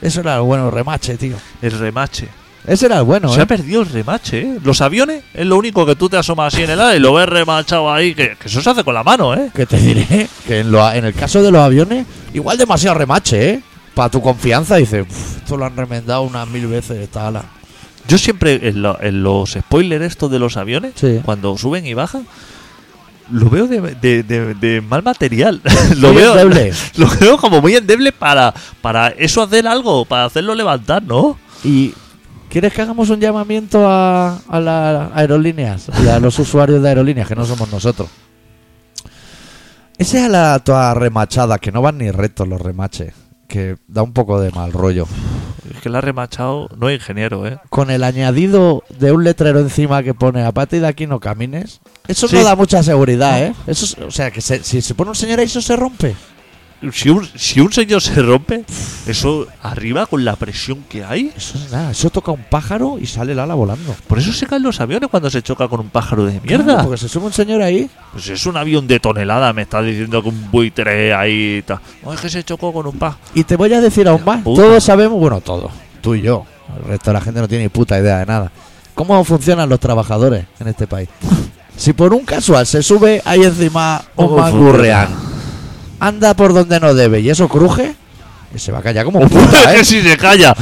Eso era el bueno remache, tío.
El remache.
Ese era el bueno,
Se
¿eh?
ha perdido el remache, ¿eh? Los aviones es lo único que tú te asomas así en el aire y lo ves remachado ahí, que, que eso se hace con la mano, ¿eh?
Que te diré que en, lo- en el caso de los aviones, igual demasiado remache, ¿eh? Para tu confianza, dices, "Uf, esto lo han remendado unas mil veces esta ala.
Yo siempre en, la- en los spoilers estos de los aviones,
Sí.
cuando suben y bajan, lo veo de, de- de- de mal material. (laughs) lo,
Muy
veo,
endeble.
(laughs) lo veo como muy endeble para, para eso hacer algo, para hacerlo levantar, ¿no?
¿Y quieres que hagamos un llamamiento a, a las aerolíneas y a los usuarios de aerolíneas, que no somos nosotros? Esa es la toda remachada, que no van ni rectos los remaches, que da un poco de mal rollo.
Es que la ha remachado, no es ingeniero, ¿eh?
Con el añadido de un letrero encima que pone a partir de aquí no camines, eso
Sí.
no da mucha seguridad, ¿eh? Eso, es- o sea, que se- si se pone un señor ahí, eso se rompe.
Si un, si un señor se rompe, eso arriba con la presión que hay.
Eso es nada, eso toca un pájaro y sale el ala volando.
Por eso se caen los aviones cuando se choca con un pájaro de
Claro,
mierda.
porque se sube un señor ahí.
Pues es un avión de tonelada, me estás diciendo que un buitre ahí. y tal. No, es que se chocó con un (laughs) pájaro.
Y te voy a decir aún más.
Puta.
Todos sabemos, bueno, todos, tú y yo. El resto de la gente no tiene ni puta idea de nada. ¿Cómo funcionan los trabajadores en este país? Si por un casual se sube ahí encima un
¿Cómo
mangurreán, anda por donde no debe y eso cruje, se va a callar como un puta,
Hombre,
¿eh?
que si se calla.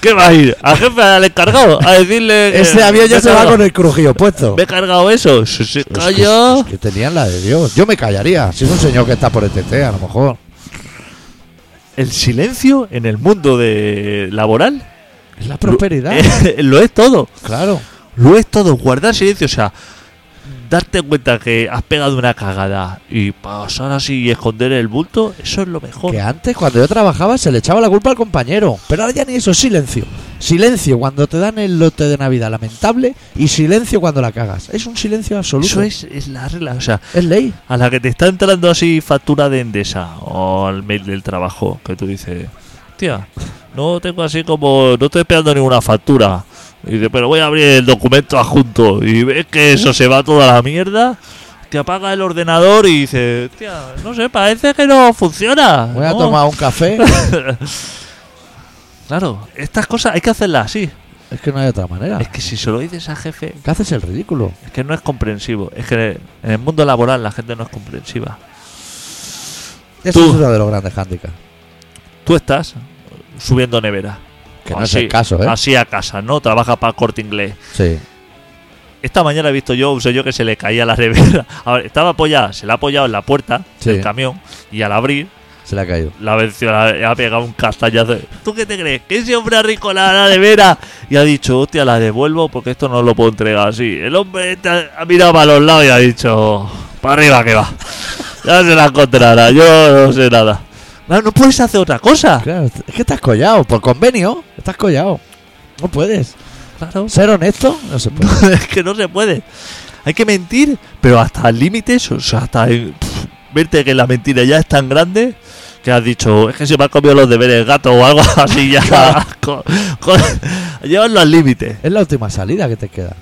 ¿Qué va a ir? ¿Al jefe, al encargado? A decirle. (laughs) que-
Ese Este avión
me
ya
he
se va
cargado-
con el crujido puesto.
Me he cargado eso. Si se
Es que-
calla.
es que tenían la de Dios. Yo me callaría. Si es un señor que está por el TT, a lo mejor.
El silencio en el mundo de laboral.
Es la prosperidad.
eh, (laughs) lo es todo.
Claro.
Lo es todo. Guardar silencio. O sea, darte cuenta que has pegado una cagada y pasar así y esconder el bulto. Eso es lo mejor.
Que antes, cuando yo trabajaba, se le echaba la culpa al compañero. Pero ahora ya ni eso, silencio. Silencio cuando te dan el lote de Navidad lamentable y silencio cuando la cagas. Es un silencio absoluto.
Eso es, es la regla. O sea,
Es ley.
a la que te está entrando así factura de Endesa o al mail del trabajo, que tú dices, tía, no tengo así como, no estoy esperando ninguna factura. Y dice, pero voy a abrir el documento adjunto y ves que eso se va toda la mierda. Te apaga el ordenador y dice, tía, no sé, parece que no funciona.
Voy a
Ah, ¿no?".
tomar un café.
(laughs) Claro, estas cosas hay que hacerlas así.
es que no hay otra manera.
Es que si se lo dices al jefe,
¿Qué haces el ridículo?
Es que no es comprensivo. Es que en el mundo laboral la gente no es comprensiva.
Eso
Tú.
es uno de los grandes hándicaps.
Tú estás subiendo nevera.
Que
Ah,
no es el caso, ¿eh?
Así a casa, ¿no? Trabaja para corte inglés.
Sí.
Esta mañana he visto yo un señor que se le caía la nevera. (laughs) A ver, estaba apoyada, se la ha apoyado en la puerta
Sí.
del camión y al abrir
Se le ha caído.
la ha vencido, la- ha pegado un castañazo. ¿Tú qué te crees? ¿Que ese hombre ha ricolado la nevera? Y ha dicho, hostia, la devuelvo porque esto no lo puedo entregar así. El hombre este ha ha mirado para los lados y ha dicho, para arriba que va. (laughs) Ya se la encontrará, yo no sé nada. Claro, no puedes hacer otra cosa.
Claro, es que estás collado. Por convenio, estás collado. No puedes.
Claro. (laughs)
Ser honesto, no se puede.
es que no se puede. Hay que mentir, pero hasta límites, o sea, hasta eh, pf, verte que la mentira ya es tan grande que has dicho, es que se me han comido los deberes el gato o algo (laughs) así, ya. con, (laughs) con- llevarlo al límite.
Es la última salida que te queda.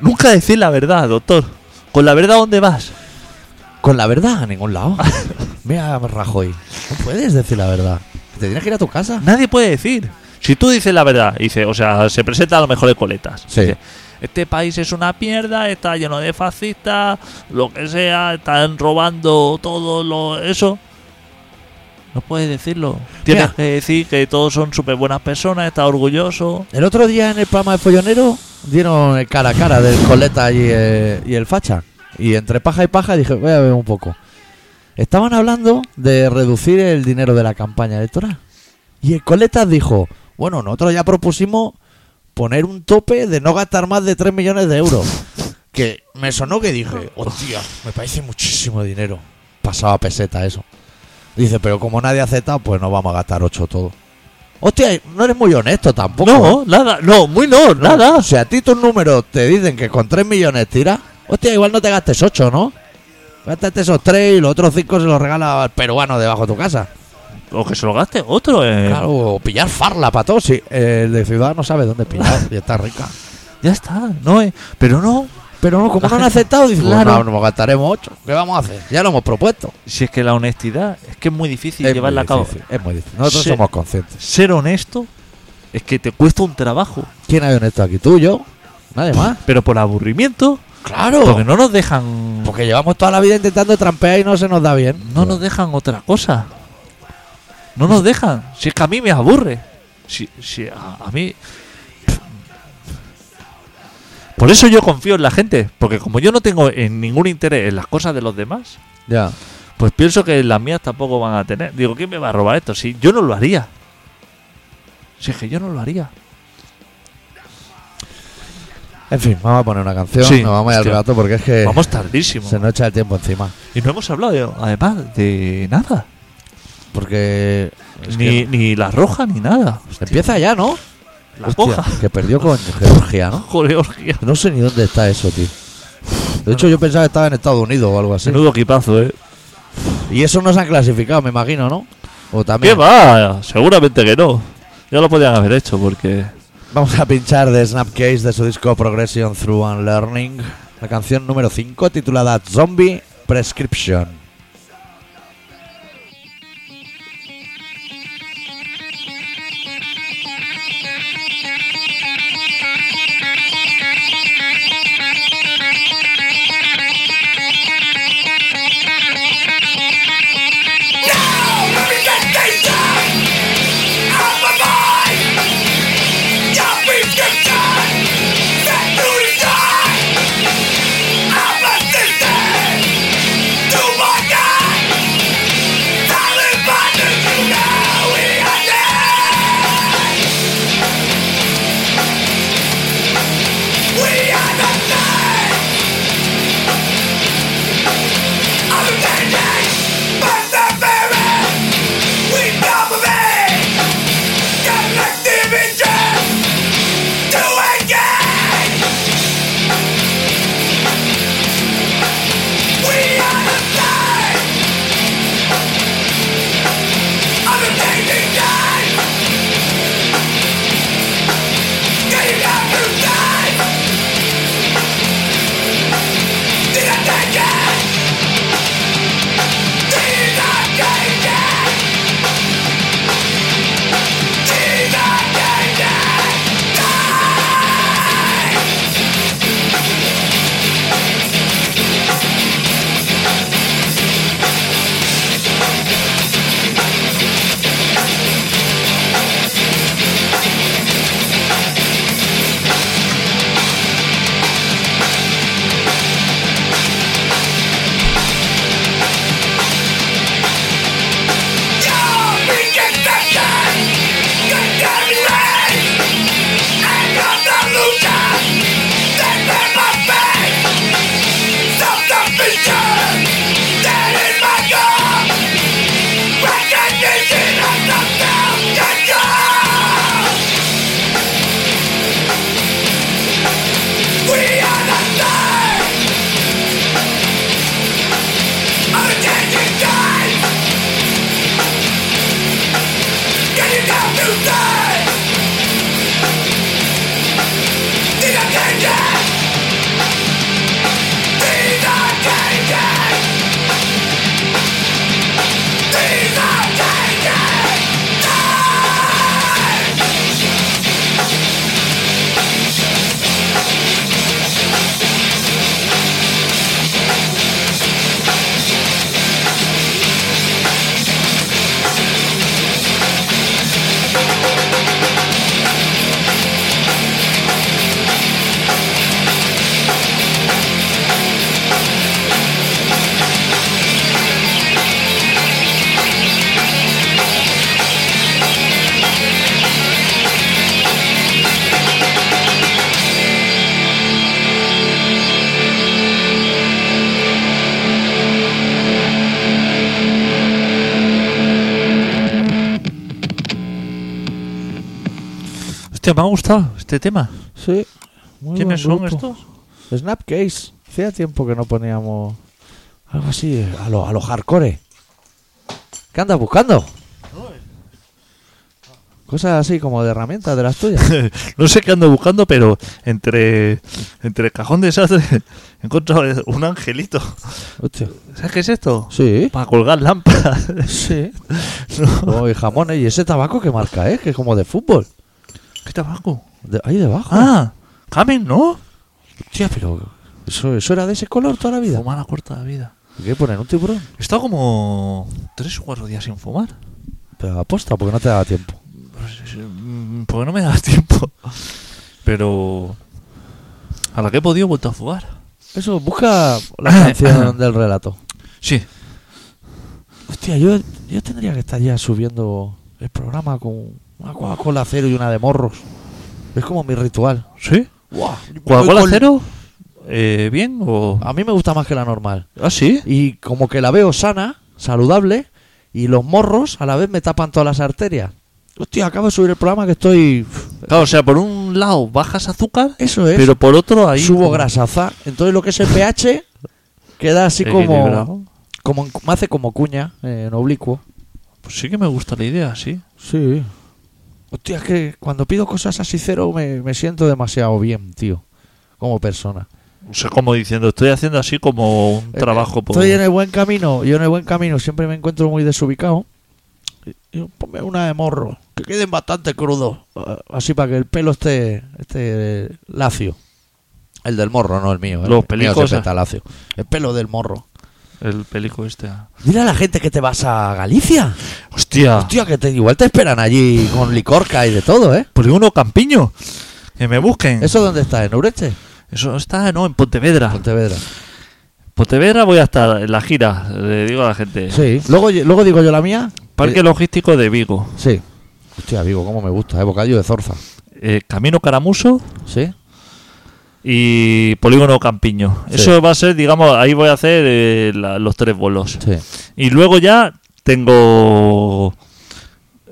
Nunca decir la verdad, doctor. Con la verdad, ¿dónde vas?
Con la verdad a ningún lado. Mira, Rajoy. No puedes decir la verdad. Te tienes que ir a tu casa.
Nadie puede decir. Si tú dices la verdad, dice, o sea, se presenta a los mejores coletas.
Sí.
Dice, este país es una mierda, está lleno de fascistas, lo que sea, están robando todo lo eso. No puedes decirlo. Tienes
Mira.
que decir que todos son súper buenas personas, estás orgulloso.
El otro día en el programa de Follonero dieron el cara a cara del coleta y, eh, y el facha. Y entre paja y paja dije, voy a ver un poco. Estaban hablando de reducir el dinero de la campaña electoral. Y el coleta dijo, bueno, nosotros ya propusimos poner un tope de no gastar más de 3 millones de euros. Que me sonó que dije, hostia, me parece muchísimo dinero. Pasaba peseta eso. Dice, pero como nadie ha aceptado, pues no vamos a gastar 8 todo. Hostia, no eres muy honesto tampoco. ¿eh?
No, nada, no, muy no, nada.
Si a ti tus números te dicen que con 3 millones tiras, hostia, igual no te gastes 8, ¿no? Gástate esos 3 y los otros 5 se los regala al peruano debajo de tu casa.
O que se lo gaste otro. eh.
Claro, o pillar farla para todos. Sí, el de Ciudad no sabe dónde pillar y está rica.
Ya está, no, eh. pero no.
Pero no, como
La
no han
gente-
aceptado, dicen,
Claro.
"Pues no, nos gastaremos 8. ¿Qué vamos a hacer? Ya lo hemos propuesto.
Si es que la honestidad es que es muy difícil
Es
llevarla a
muy
cabo.
difícil, Es muy difícil. Nosotros
Sí.
somos conscientes.
Ser honesto es que te cuesta un trabajo.
¿Quién hay honesto aquí? ¿Tú, yo? ¿Nadie más?
Pero por aburrimiento,
Claro.
porque no nos dejan.
Porque llevamos toda la vida intentando trampear y no se nos da bien.
No nos dejan otra cosa. No nos dejan. Si es que a mí me aburre. Si, si a, a mí. Por eso yo confío en la gente. Porque como yo no tengo en ningún interés en las cosas de los demás,
Ya.
pues pienso que las mías tampoco van a tener. Digo, ¿quién me va a robar esto? Si yo no lo haría. Si es que yo no lo haría.
En fin, vamos a poner una canción,
Sí,
nos vamos a ir al
hostia.
rato porque es que
Vamos tardísimo.
Eh, se nos echa el tiempo encima.
Y no hemos hablado, de- además, de nada.
Porque es
Ni,
que
ni la roja ni nada.
empieza ya, ¿no?
La
Hostia,
roja.
que perdió con Georgia, ¿no?
Georgia.
No sé ni dónde está eso, tío. De hecho, yo pensaba que estaba en Estados Unidos o algo así.
Menudo equipazo, ¿eh?
Y eso no se han clasificado, me imagino, ¿no? O
¿Qué
también
va? Seguramente que no. Ya lo podían haber hecho porque...
vamos a pinchar de Snapcase de su disco Progression Through Unlearning, la canción número 5 titulada Zombie Prescription.
Let me get these down out my mind. Your prescription set to decide. I'm resistant to my
Hostia, me ha gustado este tema.
Sí. muy
¿Quiénes
buen
son
grupo.
estos?
Snapcase. Hacía tiempo que no poníamos algo así eh, a los a lo hardcore. ¿Qué andas buscando? Cosas así como de herramientas de las tuyas. (laughs)
no sé qué ando buscando, pero entre, entre el cajón de desastre (laughs) he encontrado un angelito.
Hostia.
¿Sabes qué es esto?
Sí,
Para colgar lámparas.
(laughs) sí.
No.
Oh, y jamones. Y ese tabaco que marca, ¿eh? Que es como de fútbol.
¿Qué tabaco?
De- ahí debajo.
Ah, Camen, ¿no?
Hostia, pero eso, eso era de ese color toda la vida.
Fumar a corta vida.
¿Qué ponen? ¿Un tiburón?
He estado como tres o cuatro días sin fumar.
Pero aposta, porque no te daba tiempo.
Mm, Porque no me daba (laughs) tiempo. Pero. A la que he podido he vuelto a fumar.
Eso, busca la (coughs) canción del relato.
Sí.
Hostia, yo, yo tendría que estar ya subiendo el programa con una Coca-Cola cero y una de morros. Es como mi ritual.
¿Sí?
Voy
¿Coca-Cola
con-
cero? Eh, ¿Bien o.?
A mí me gusta más que la normal.
Ah, sí.
Y como que la veo sana, saludable, y los morros a la vez me tapan todas las arterias. Hostia, acabo de subir el programa que estoy...
Claro, o sea, por un lado bajas azúcar,
Eso es.
pero por otro ahí.
subo
como-
grasaza. Entonces lo que es el pH queda
(laughs) eh,
así
Equilibrado.
como... como en- me hace como cuña, eh, en oblicuo.
Pues sí que me gusta la idea, sí.
Sí. Hostia, es que cuando pido cosas así cero me, me siento demasiado bien, tío. Como persona.
O sea, como diciendo, estoy haciendo así como un trabajo. por-
Estoy en el buen camino. Yo en el buen camino siempre me encuentro muy desubicado. Y- y ponme una de morro. Que queden bastante crudos. ah, Así para que el pelo esté, esté lacio. El del morro, no el mío. El
Los
mío
pelicos,
siempre
ah.
está lacio. El pelo del morro.
El pelico este. ah.
Dile a la gente que te vas a Galicia.
¡Hostia!
Hostia, que te, igual te esperan allí con licorca y de todo, ¿eh?
Polígono Campiño. Que me busquen. Eso,
¿Eso dónde está? ¿En Ureche?
está, no, en Pontevedra.
Pontevedra.
Pontevedra voy a estar en la gira, le digo a la gente.
Sí. Luego, luego digo yo la mía.
Parque Logístico de Vigo.
Eh, sí. Hostia, Vigo, cómo me gusta, ¿eh? Bocadillo de zorza.
eh, Camino Caramuso
¿Sí?
y Polígono Campiño.
Sí.
Eso va a ser, digamos, ahí voy a hacer eh, la- los tres bolos.
Sí.
Y luego ya tengo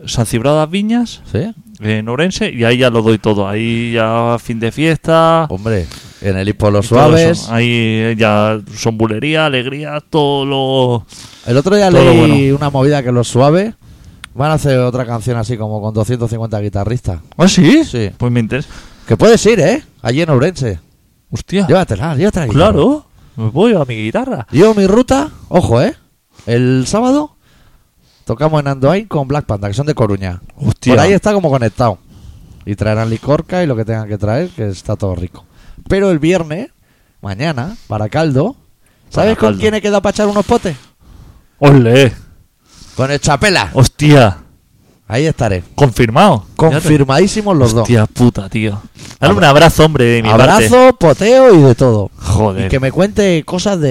San Cibrado de las Viñas
¿Sí?
en Orense y ahí ya lo doy todo. Ahí ya fin de fiesta.
Hombre, en el hipo
y
los
todo eso.
suaves.
Ahí eh, ya son bulería, alegría, todo lo...
El otro día
Todo
leí
lo
una movida que los suaves van a hacer otra canción así como con 250 guitarristas.
¿Ah, sí?
Sí.
Pues me interesa.
Que puedes ir, ¿eh? Allí en Ourense.
Hostia.
Llévatela, llévatela. guitarra.
Claro, me voy a mi guitarra.
Yo mi ruta, ojo, ¿eh? El sábado tocamos en Andoain con Black Panda, que son de Coruña.
Hostia.
Por ahí está como conectado. Y traerán licorca y lo que tengan que traer, que está todo rico. Pero el viernes, mañana, para caldo, ¿sabes con
Baracaldo.
quién he quedado para echar unos potes?
¡Ole!
Con el Chapela.
¡Hostia!
Ahí estaré.
Confirmado.
Confirmadísimos los dos.
Hostia puta, tío. Dale un abrazo, hombre, de mi parte.
Abrazo, poteo y de todo.
Joder.
Y que me cuente cosas de,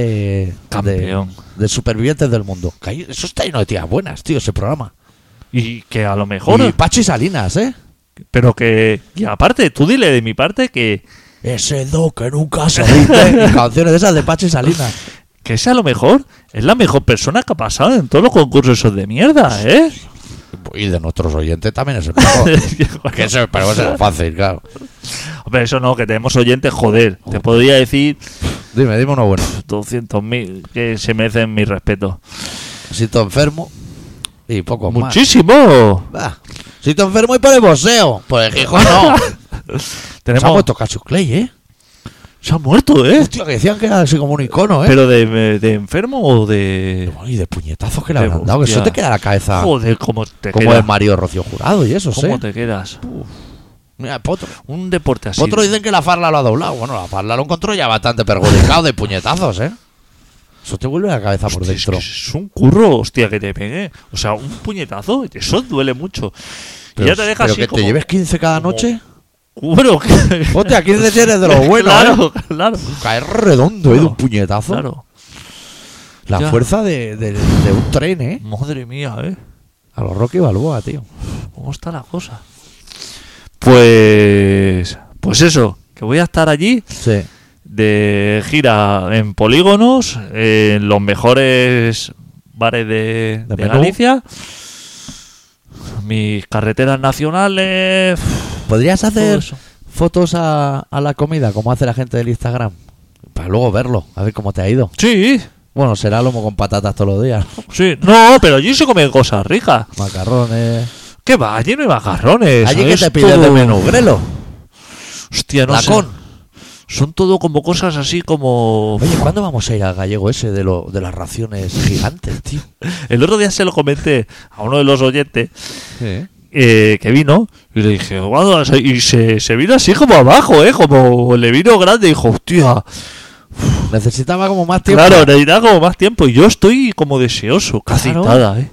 de,
Campeón.
de supervivientes del mundo. Que ahí- Eso está lleno de tías buenas, tío, ese programa.
Y que a lo mejor.
Y Pachi Salinas, ¿eh?
Pero que. Y aparte, tú dile de mi parte que.
Ese do que nunca (laughs) se dice. Y canciones de esas de Pachi Salinas.
Que ese a lo mejor es la mejor persona que ha pasado en todos los concursos esos de mierda, ¿eh?
Y de nuestros oyentes también es el
(laughs)
mejor. que eso para vos era fácil, claro.
Hombre, eso no, que tenemos oyentes, joder. Te podría decir
Dime, dime uno bueno.
200.000 que se merecen mi respeto.
Si te enfermo y poco Pues más.
¡Muchísimo!
Bah, Si te enfermo y por el boxeo. Por el hijo
(laughs)
no. Se ha
Tenemos.
muerto Cassius Clay, ¿eh?
Se ha muerto, ¿eh?
Hostia, que decían que era así como un icono, ¿eh?
¿Pero de, de enfermo o de.?
Bueno, y de puñetazos que le
de
habrán dado. Que eso
hostia.
te queda la cabeza.
Joder, cómo te
como
queda-
Ah. es Mario Rocío Jurado y eso,
¿Cómo
sé.
te quedas?
Mira, Potro.
Un deporte así.
Otros dicen que la farla lo ha doblado. Bueno, la farla lo encontró ya bastante perjudicado de puñetazos, ¿eh? Eso te vuelve la cabeza por
Hostia, es,
dentro.
que es un curro, hostia, que te pegue. O sea, un puñetazo, eso duele mucho. y ya te deja
pero
así
que
como-
te lleves 15 cada
como-
noche.
Bueno, (laughs) que-
Hostia, 15 tienes de
(laughs)
los buenos. ¿eh?
Claro, claro.
Caer redondo, ¿eh? De un puñetazo.
Claro.
La
Ya.
fuerza de, de- de un tren, ¿eh?
Madre mía, ¿eh?
A los Rocky Balboa, tío.
¿Cómo está la cosa? Pues. Pues eso, que voy a estar allí
Sí.
de gira en polígonos, en los mejores bares de,
De
de
menú.
Galicia, mis carreteras nacionales,
podrías
todo
hacer
Pues eso.
fotos a, a la comida, como hace la gente del Instagram, para luego verlo, a ver cómo te ha ido.
Sí,
Bueno, será lomo con patatas todos los días, (laughs)
sí. No, pero allí se comen cosas ricas.
macarrones.
¿Qué va? Allí no hay macarrones.
Allí que
¿sabes?
te pides de
Todo-
menú, grelo.
Hostia, no sé.
Lacón.
Son todo como cosas así como...
Oye, ¿cuándo vamos a ir al gallego ese de, lo, de las raciones gigantes, tío?
El otro día se lo comenté a uno de los oyentes eh, que vino y le dije, "Guau", o sea, y se, se vino así como abajo, ¿eh? Como le vino grande y dijo, hostia,
Necesitaba como más tiempo.
claro, necesitaba como más tiempo y yo estoy como deseoso, casi
Claro.
nada, ¿eh?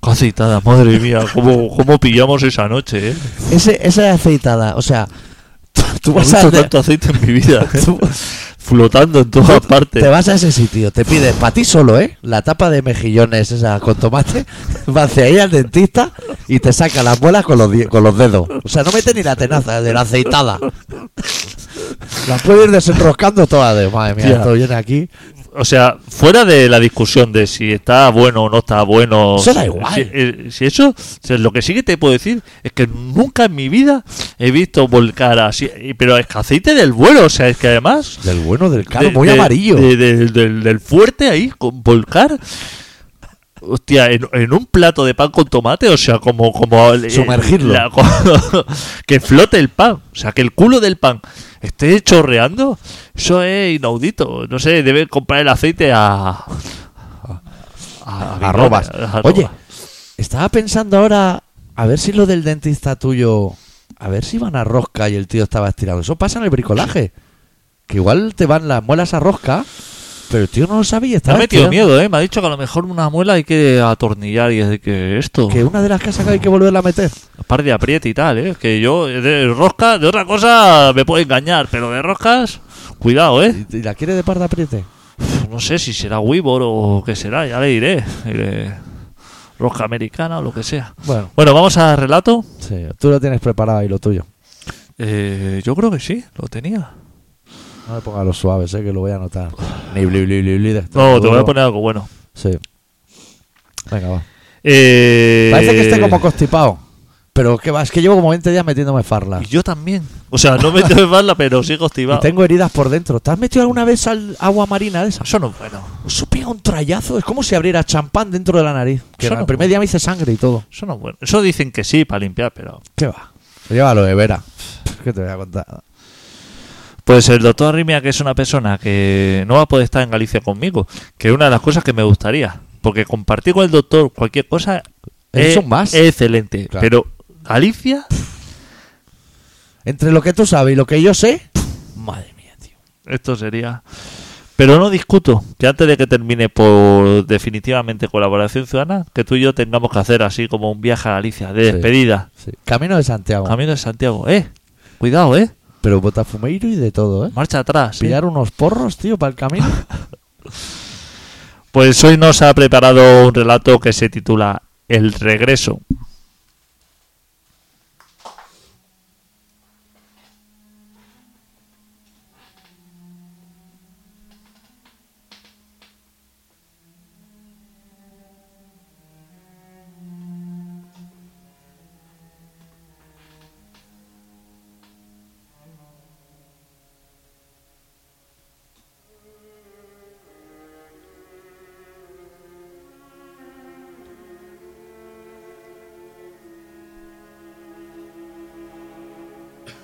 Casi nada, madre mía, cómo, cómo pillamos esa noche, ¿eh?
Ese, esa aceitada, o sea, (laughs) tú, tú
No he
vas a,
visto tanto aceite en mi vida, ¿eh?
(laughs) tú-
flotando en todas partes.
te vas a ese sitio, te pides para ti solo, ¿eh? La tapa de mejillones esa con tomate, (laughs) vas hacia ahí al dentista y te saca las muelas con los, di- con los dedos. O sea, no mete ni la tenaza de la (laughs) aceitada. La puedes ir desenroscando toda de madre mía,
Tía.
esto viene aquí.
O sea, fuera de la discusión de si está bueno o no está bueno.
Eso da
si-
igual.
Si, eh, si eso, si lo que sí que te puedo decir es que nunca en mi vida he visto volcar así. y- Pero es que aceite del vuelo, o sea, es que además.
Del bueno, del caro,
de-
muy
de-
amarillo.
de- de- del, del fuerte ahí, con volcar. Hostia, en, en un plato de pan con tomate, o sea, como. como eh,
Sumergirlo.
la- (laughs) co- que flote el pan, o sea, que el culo del pan esté chorreando, eso es inaudito. No sé, debe comprar el aceite a. a- a-
Arrobas.
a- a-
Oye, estaba pensando ahora, a ver si lo del dentista tuyo, a ver si van a rosca y el tío estaba estirado. Eso pasa en el bricolaje. Que igual te van las muelas a rosca, pero el tío no lo sabía.
me ha
Estaba
metido
estirado.
miedo, ¿eh? Me ha dicho que a lo mejor una muela hay que atornillar y es de que esto.
Que una de las casas que hay que volverla a meter.
Par de apriete y tal, ¿eh? Que yo, de rosca, de otra cosa me puedo engañar, pero de roscas, cuidado, ¿eh?
¿Y, y la quiere de par de apriete?
Pf, pues No sé si será Weebor o qué será, ya le diré. Diré Rosca americana o lo que sea.
Bueno,
Bueno, vamos al relato.
sí, tú lo tienes preparado y lo tuyo.
Eh, yo creo que sí, lo tenía.
No me pongas los suaves, eh, que lo voy a anotar. Ni bli, bli, bli, bli de esto.
No, te voy a
Duro.
poner algo bueno.
Sí. Venga, va.
Eh,
Parece que esté como constipado. Pero que va, es que llevo como 20 días metiéndome farla.
Y yo también. O sea, no (laughs) me tengo bala, pero sí
Y
costivado.
tengo heridas por dentro. ¿Te has metido alguna vez al agua marina de esa?
Eso no es bueno.
Eso pega un trayazo. Es como si abriera champán dentro de la nariz. Que
Eso
el
no.
primer día me hice sangre y todo.
Eso no es bueno. Eso dicen que sí para limpiar, pero.
¿Qué va? Llévalo de vera. ¿Qué te voy a contar?
Pues el doctor Rimia, que es una persona que no va a poder estar en Galicia conmigo, que es una de las cosas que me gustaría. Porque compartir con el doctor cualquier cosa
Es un más.
excelente.
Claro.
Pero Galicia,
Entre lo que tú sabes y lo que yo sé.
madre mía, tío. Esto sería. Pero no discuto que antes de que termine por definitivamente colaboración ciudadana, que tú y yo tengamos que hacer así como un viaje a Galicia de
Sí.
despedida.
sí. Camino de Santiago.
Camino de Santiago, eh. Cuidado, eh.
Pero botafumeiro y de todo, ¿eh?
Marcha atrás. ¿eh?
Pillar unos porros, tío, para el camino.
Pues hoy nos ha preparado un relato que se titula El regreso.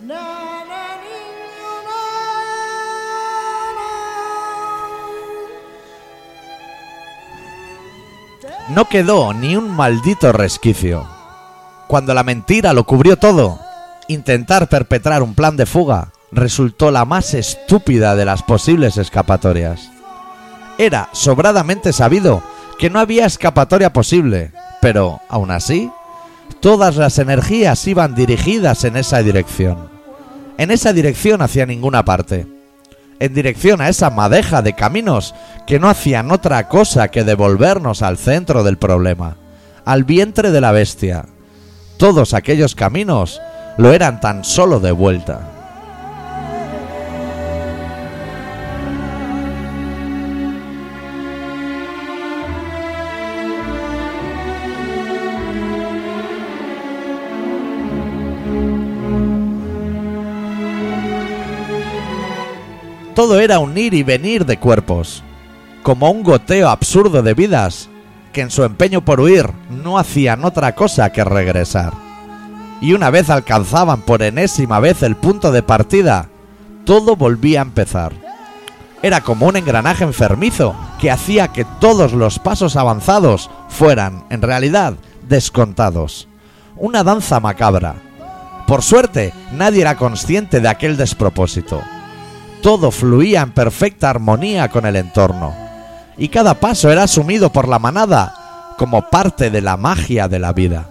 Na, na, niño, na,
No quedó ni un maldito resquicio. Cuando la mentira lo cubrió todo, intentar perpetrar un plan de fuga resultó la más estúpida de las posibles escapatorias. Era sobradamente sabido que no había escapatoria posible, pero, aún así, todas las energías iban dirigidas en esa dirección. En esa dirección hacia ninguna parte. En dirección a esa madeja de caminos que no hacían otra cosa que devolvernos al centro del problema, al vientre de la bestia. Todos aquellos caminos lo eran tan solo de vuelta. Todo era un ir y venir de cuerpos, como un goteo absurdo de vidas que en su empeño por huir no hacían otra cosa que regresar. Y una vez alcanzaban por enésima vez el punto de partida, todo volvía a empezar. Era como un engranaje enfermizo que hacía que todos los pasos avanzados fueran, en realidad, descontados. Una danza macabra. Por suerte, nadie era consciente de aquel despropósito. Todo fluía en perfecta armonía con el entorno, y cada paso era asumido por la manada como parte de la magia de la vida.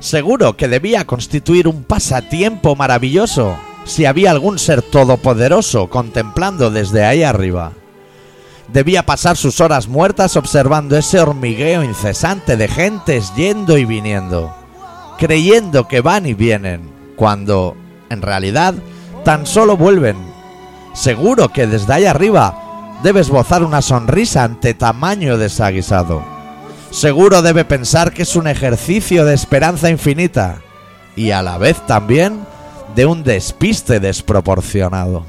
Seguro que debía constituir un pasatiempo maravilloso si había algún ser todopoderoso contemplando desde ahí arriba. Debía pasar sus horas muertas observando ese hormigueo incesante de gentes yendo y viniendo, creyendo que van y vienen, cuando, en realidad, tan solo vuelven. Seguro que desde ahí arriba debe esbozar una sonrisa ante tamaño desaguisado. Seguro debe pensar que es un ejercicio de esperanza infinita y a la vez también de un despiste desproporcionado.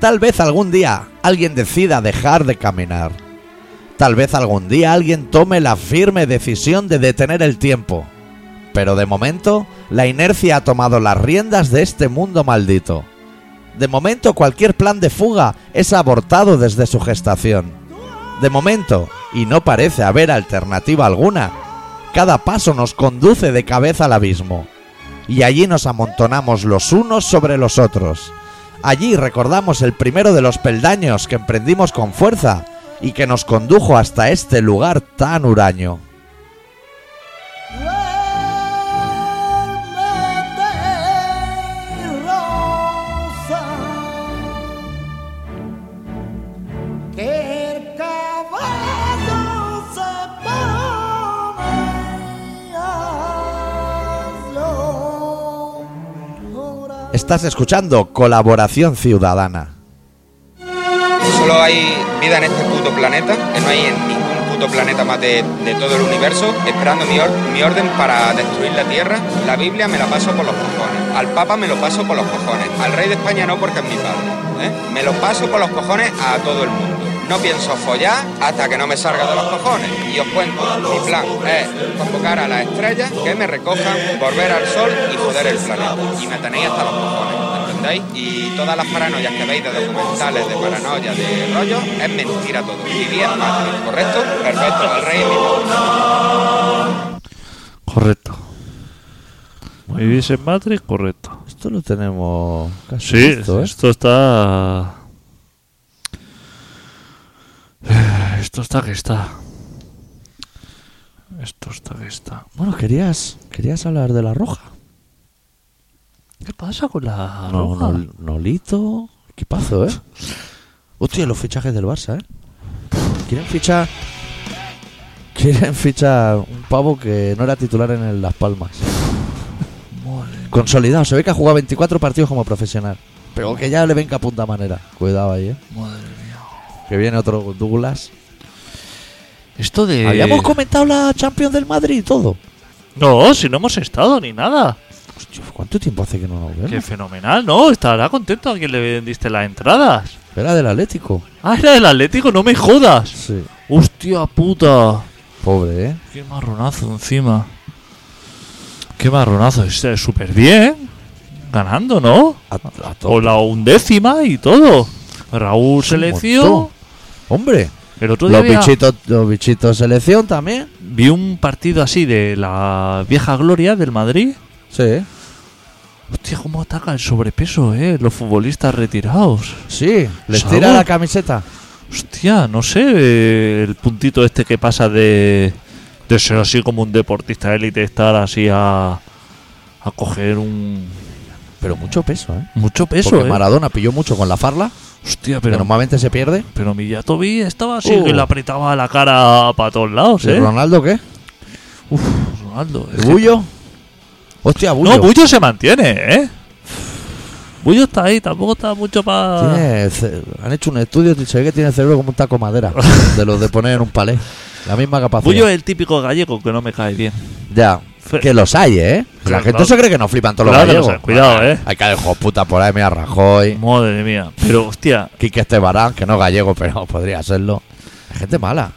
Tal vez algún día alguien decida dejar de caminar. Tal vez algún día alguien tome la firme decisión de detener el tiempo. Pero de momento, la inercia ha tomado las riendas de este mundo maldito. De momento, cualquier plan de fuga es abortado desde su gestación. De momento, y no parece haber alternativa alguna, cada paso nos conduce de cabeza al abismo. Y allí nos amontonamos los unos sobre los otros. Allí recordamos el primero de los peldaños que emprendimos con fuerza y que nos condujo hasta este lugar tan huraño.
Que el caballo se pone hazlo llorar.
Estás escuchando Colaboración Ciudadana.
Solo hay vida en este puto planeta, que no hay en ningún puto planeta más de, de todo el universo, esperando mi, or- mi orden para destruir la Tierra. La Biblia me la paso por los cojones, al Papa me lo paso por los cojones, al Rey de España no porque es mi padre. ¿eh? Me lo paso por los cojones a todo el mundo. No pienso follar hasta que no me salga de los cojones. Y os cuento, mi plan es convocar a las estrellas que me recojan, volver al sol y joder el planeta. Y me tenéis hasta los cojones. ¿entendéis? Y todas las paranoias que veis de documentales, de paranoia, de rollo, es mentira todo. Y es fácil, ¿correcto? Perfecto, el rey es mi padre.
Correcto. Vivís en Matrix, correcto.
Esto lo tenemos casi
Sí,
listo, ¿eh?
esto está. (sighs) Esto está que está. Esto está que está.
Bueno, querías, querías hablar de la roja.
¿Qué pasa con la
No,
roja?
no, Nolito, equipazo, ¿eh? Hostia, los fichajes del Barça, ¿eh? Quieren fichar. Quieren fichar un pavo que no era titular en el Las Palmas. Consolidado, se ve que ha jugado 24 partidos como profesional. Pero que ya le ven a punta manera. Cuidado ahí, ¿eh?
Madre mía.
Que viene otro Douglas.
Esto de.
Habíamos comentado la Champions del Madrid y todo.
No, si no hemos estado ni nada.
Hostia, ¿cuánto tiempo hace que no nos vemos?
Qué fenomenal, ¿no? Estará contento a quien le diste las entradas.
Era del Atlético.
Ah, era del Atlético, no me jodas.
Sí.
Hostia puta.
Pobre, ¿eh?
Qué marronazo encima. Qué marronazo. Está súper bien. Ganando, ¿no?
A, a tope.
O la undécima y todo. Raúl selección.
montón. Hombre,
El otro día
los
había-
bichitos, los bichitos selección también.
vi un partido así de la vieja gloria del Madrid.
Sí.
Hostia, cómo ataca el sobrepeso, eh. Los futbolistas retirados.
Sí, les
¿Sabor?
tira la camiseta.
Hostia, no sé, eh, el puntito este que pasa de, de ser así como un deportista élite, estar así a, a coger un
Pero mucho peso, ¿eh?
mucho peso.
Porque
Eh.
Maradona pilló mucho con la farla, pero
Hostia, pero,
normalmente se pierde.
pero Mijatovic estaba así,
Uh.
que le apretaba la cara para todos lados,
¿Y
¿eh?
Ronaldo qué?
Uf, Ronaldo. es
¿Y
que-
Bullo? Hostia, Bullo.
No, Bullo se mantiene, ¿eh? Bullo está ahí, tampoco está mucho para...
Tiene ce- han hecho un estudio y se ve que tiene el cerebro como un taco de
(laughs)
madera. de los de poner en un palé. La misma capacidad.
Bullo es el típico gallego que no me cae bien.
Ya.
Fe-
Que los hay, ¿eh? La
Claro,
gente
claro.
se cree que nos flipan todos
Claro que
los
los hay,
gallegos.
cuidado, ¿eh?
Hay que dejar puta por ahí, mira, Rajoy,
Madre mía. Pero, hostia,
Quique Estebarán, que no es gallego, pero (laughs) podría serlo. Hay gente mala.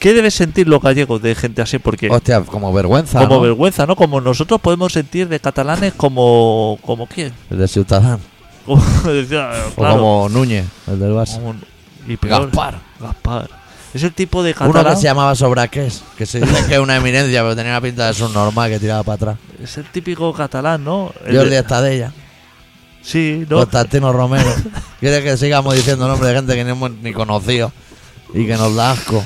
¿qué debes sentir los gallegos de gente así? Porque
Hostia, como vergüenza.
como
¿no?
vergüenza, ¿no? Como nosotros podemos sentir de catalanes como... ¿Como quién? (laughs)
El de Ciutadán.
Como, decía, claro,
O como Núñez, el del Barça.
como un- y peor,
Gaspar.
Gaspar. Es el tipo de
Uno que
catalán...
se llamaba Sobraqués, que se dice que es una eminencia, pero tenía una pinta de subnormal que tiraba para atrás.
Es el típico catalán, ¿no? El
Jordi
de-
está de ella.
Sí, ¿no?
Constantino
(laughs)
Romero. Quiere que sigamos diciendo nombres de gente que ni hemos ni conocido y que nos da asco.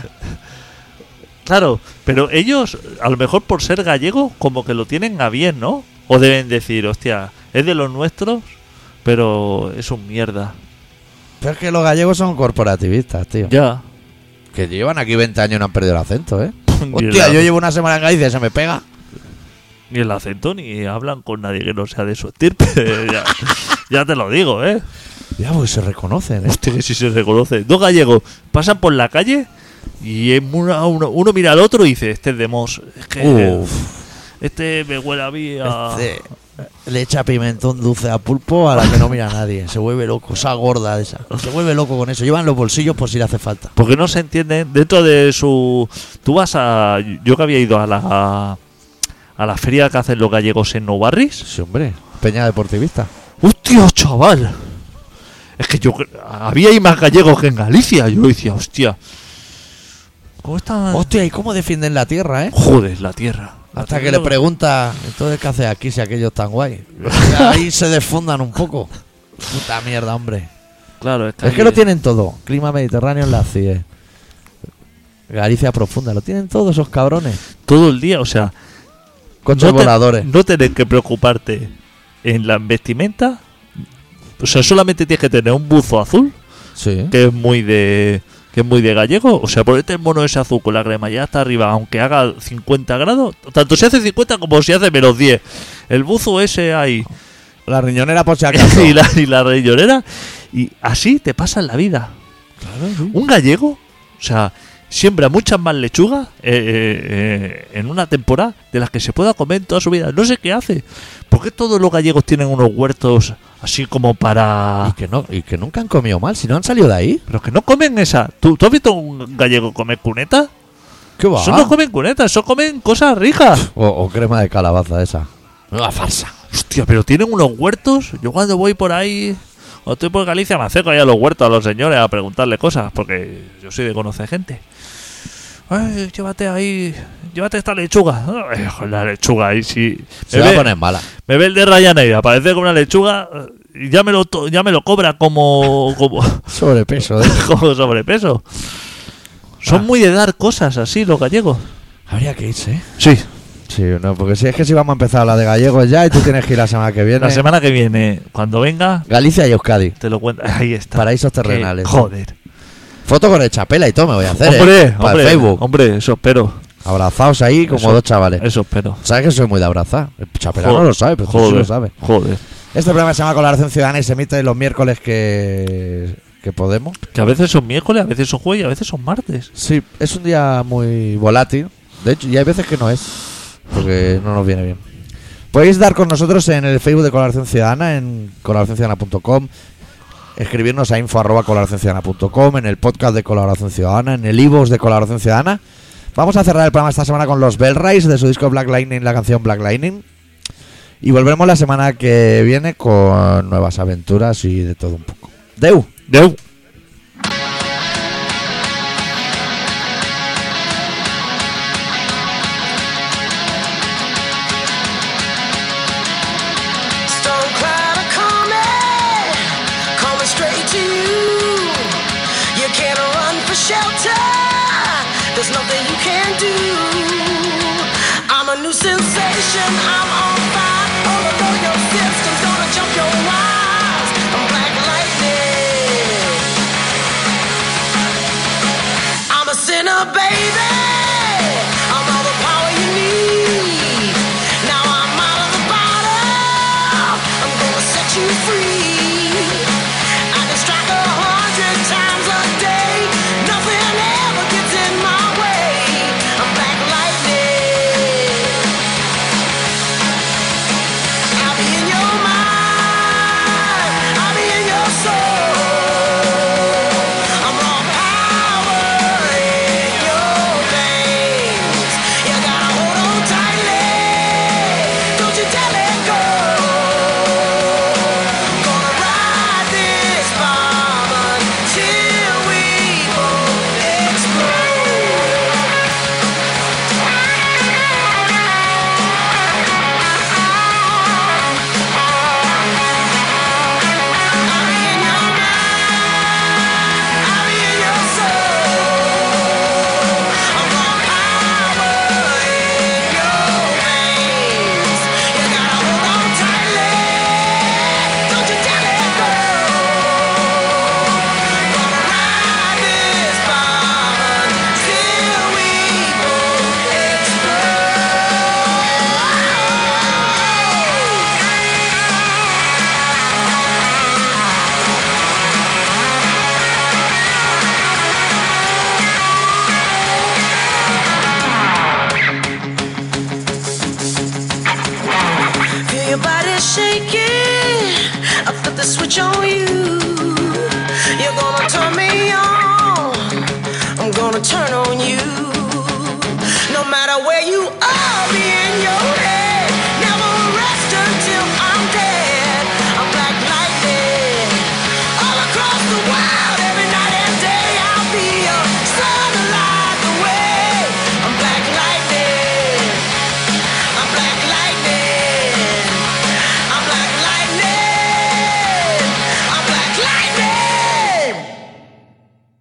Claro, pero ellos, a lo mejor por ser gallegos, como que lo tienen a bien, ¿no? O deben decir, hostia, es de los nuestros, pero es un mierda.
Pero es que los gallegos son corporativistas, tío.
Ya.
Que llevan aquí 20 años y no han perdido el acento, ¿eh?
(laughs) Ni
Hostia,
el-
yo llevo una semana en Galicia y se me pega.
Ni el acento, ni hablan con nadie que no sea de su estirpe. (laughs) ya, ya te lo digo, ¿eh?
Ya, pues se reconocen, ¿eh?
Hostia, que si se reconoce. Dos gallegos pasan por la calle y es una- uno, uno mira al otro y dice, este es de Mos. Es que
Uf,
este me huele a mí a-
este, le echa pimentón dulce a pulpo a la que no mira a nadie. Se vuelve loco, esa gorda esa. Se vuelve loco con eso. Llevan los bolsillos por si le hace falta.
Porque no se entiende dentro de su... Tú vas a... Yo que había ido a la... A la feria que hacen los gallegos en Novarris.
Sí, hombre. Peña deportivista.
¡Hostia, chaval! Es que yo... cre- Había ahí más gallegos que en Galicia. Yo decía, hostia. ¿Cómo están...?
Hostia, ¿y cómo defienden la tierra, eh?
Joder, la tierra. La
Hasta que
tierra-
le pregunta, entonces, ¿qué haces aquí si aquello es tan (laughs) guay? Y Ahí se desfundan un poco. Puta mierda, hombre.
Claro, es que,
Es que lo tienen todo. Clima mediterráneo en la CIE. Galicia profunda. Lo tienen todos esos cabrones.
Todo el día, o sea...
Coches
no te-
voladores.
No tener que preocuparte en la vestimenta. O sea, solamente tienes que tener un buzo azul.
Sí.
que es muy de que es muy de gallego, o sea, ponerte el mono ese azul con la crema ya hasta arriba, aunque haga 50 grados, tanto si hace 50 como si hace menos 10. El buzo ese ahí
La riñonera por si (laughs) acaso.
(laughs) y la, y la rellonera, y así te pasa en la vida. Un gallego, o sea, siembra muchas más lechugas eh, eh, eh, en una temporada de las que se pueda comer en toda su vida. No sé qué hace. ¿Por qué todos los gallegos tienen unos huertos así como para...
Y que, no, y que nunca han comido mal. Si no han salido de ahí.
Pero que no comen esa. ¿Tú, ¿Tú has visto un gallego comer cuneta?
¿Qué va?
Eso no comen cunetas, eso comen cosas ricas.
o, o crema de calabaza esa.
Nueva farsa. Hostia, pero tienen unos huertos. Yo cuando voy por ahí, cuando estoy por Galicia, me acerco ahí a los huertos, a los señores, a preguntarle cosas, porque yo soy de conocer gente. Ay, llévate ahí, llévate esta lechuga. Ay, joder, la lechuga ahí sí.
Se
Me
va a
ve,
poner mala.
me ve el de Ryanair, aparece con una lechuga eh, y ya me lo, to- ya me lo cobra como, como, (laughs)
Sobrepeso. ¿eh?
como sobrepeso. Son muy de dar cosas así los gallegos.
Habría que irse, ¿eh?
Sí,
Sí, no, porque si es que si vamos a empezar la de gallegos ya y tú tienes que ir la semana que viene.
La semana que viene, cuando venga,
Galicia y Euskadi.
te lo cuento. (laughs) Ahí está.
Paraísos
Qué-
terrenales.
Joder.
Foto con el chapela y todo me voy a hacer.
hombre,
eh, para el
hombre,
Facebook.
hombre, eso espero.
Abrazaos ahí como
Eso-
dos chavales.
Eso espero.
Sabes que soy muy de abrazar. El chapela
Joder,
no lo sabe, pero tú sí
joder,
lo sabe.
Joder.
Este programa se llama Colaboración Ciudadana y se emite los miércoles que, que podemos.
Que a veces son miércoles, a veces son jueves y a veces son martes.
Sí, es un día muy volátil. De hecho, y hay veces que no es, porque no nos viene bien. Podéis dar con nosotros en el Facebook de Colaboración Ciudadana, en colaboracionciudadana.com, escribirnos a info arroba colaboracionciudadana.com, en el podcast de Colaboración Ciudadana, en el iVoox de Colaboración Ciudadana. Vamos a cerrar el programa esta semana con los Bell Rise de su disco Black Lightning, la canción Black Lightning. Y volveremos la semana que viene con nuevas aventuras y de todo un poco. Deu.
Deu.
Black
shelter. There's nothing you can do. I'm a new sensation. I'm on fire. Overthrow your system's gonna jump your wires. I'm black lightning. I'm a sinner, baby.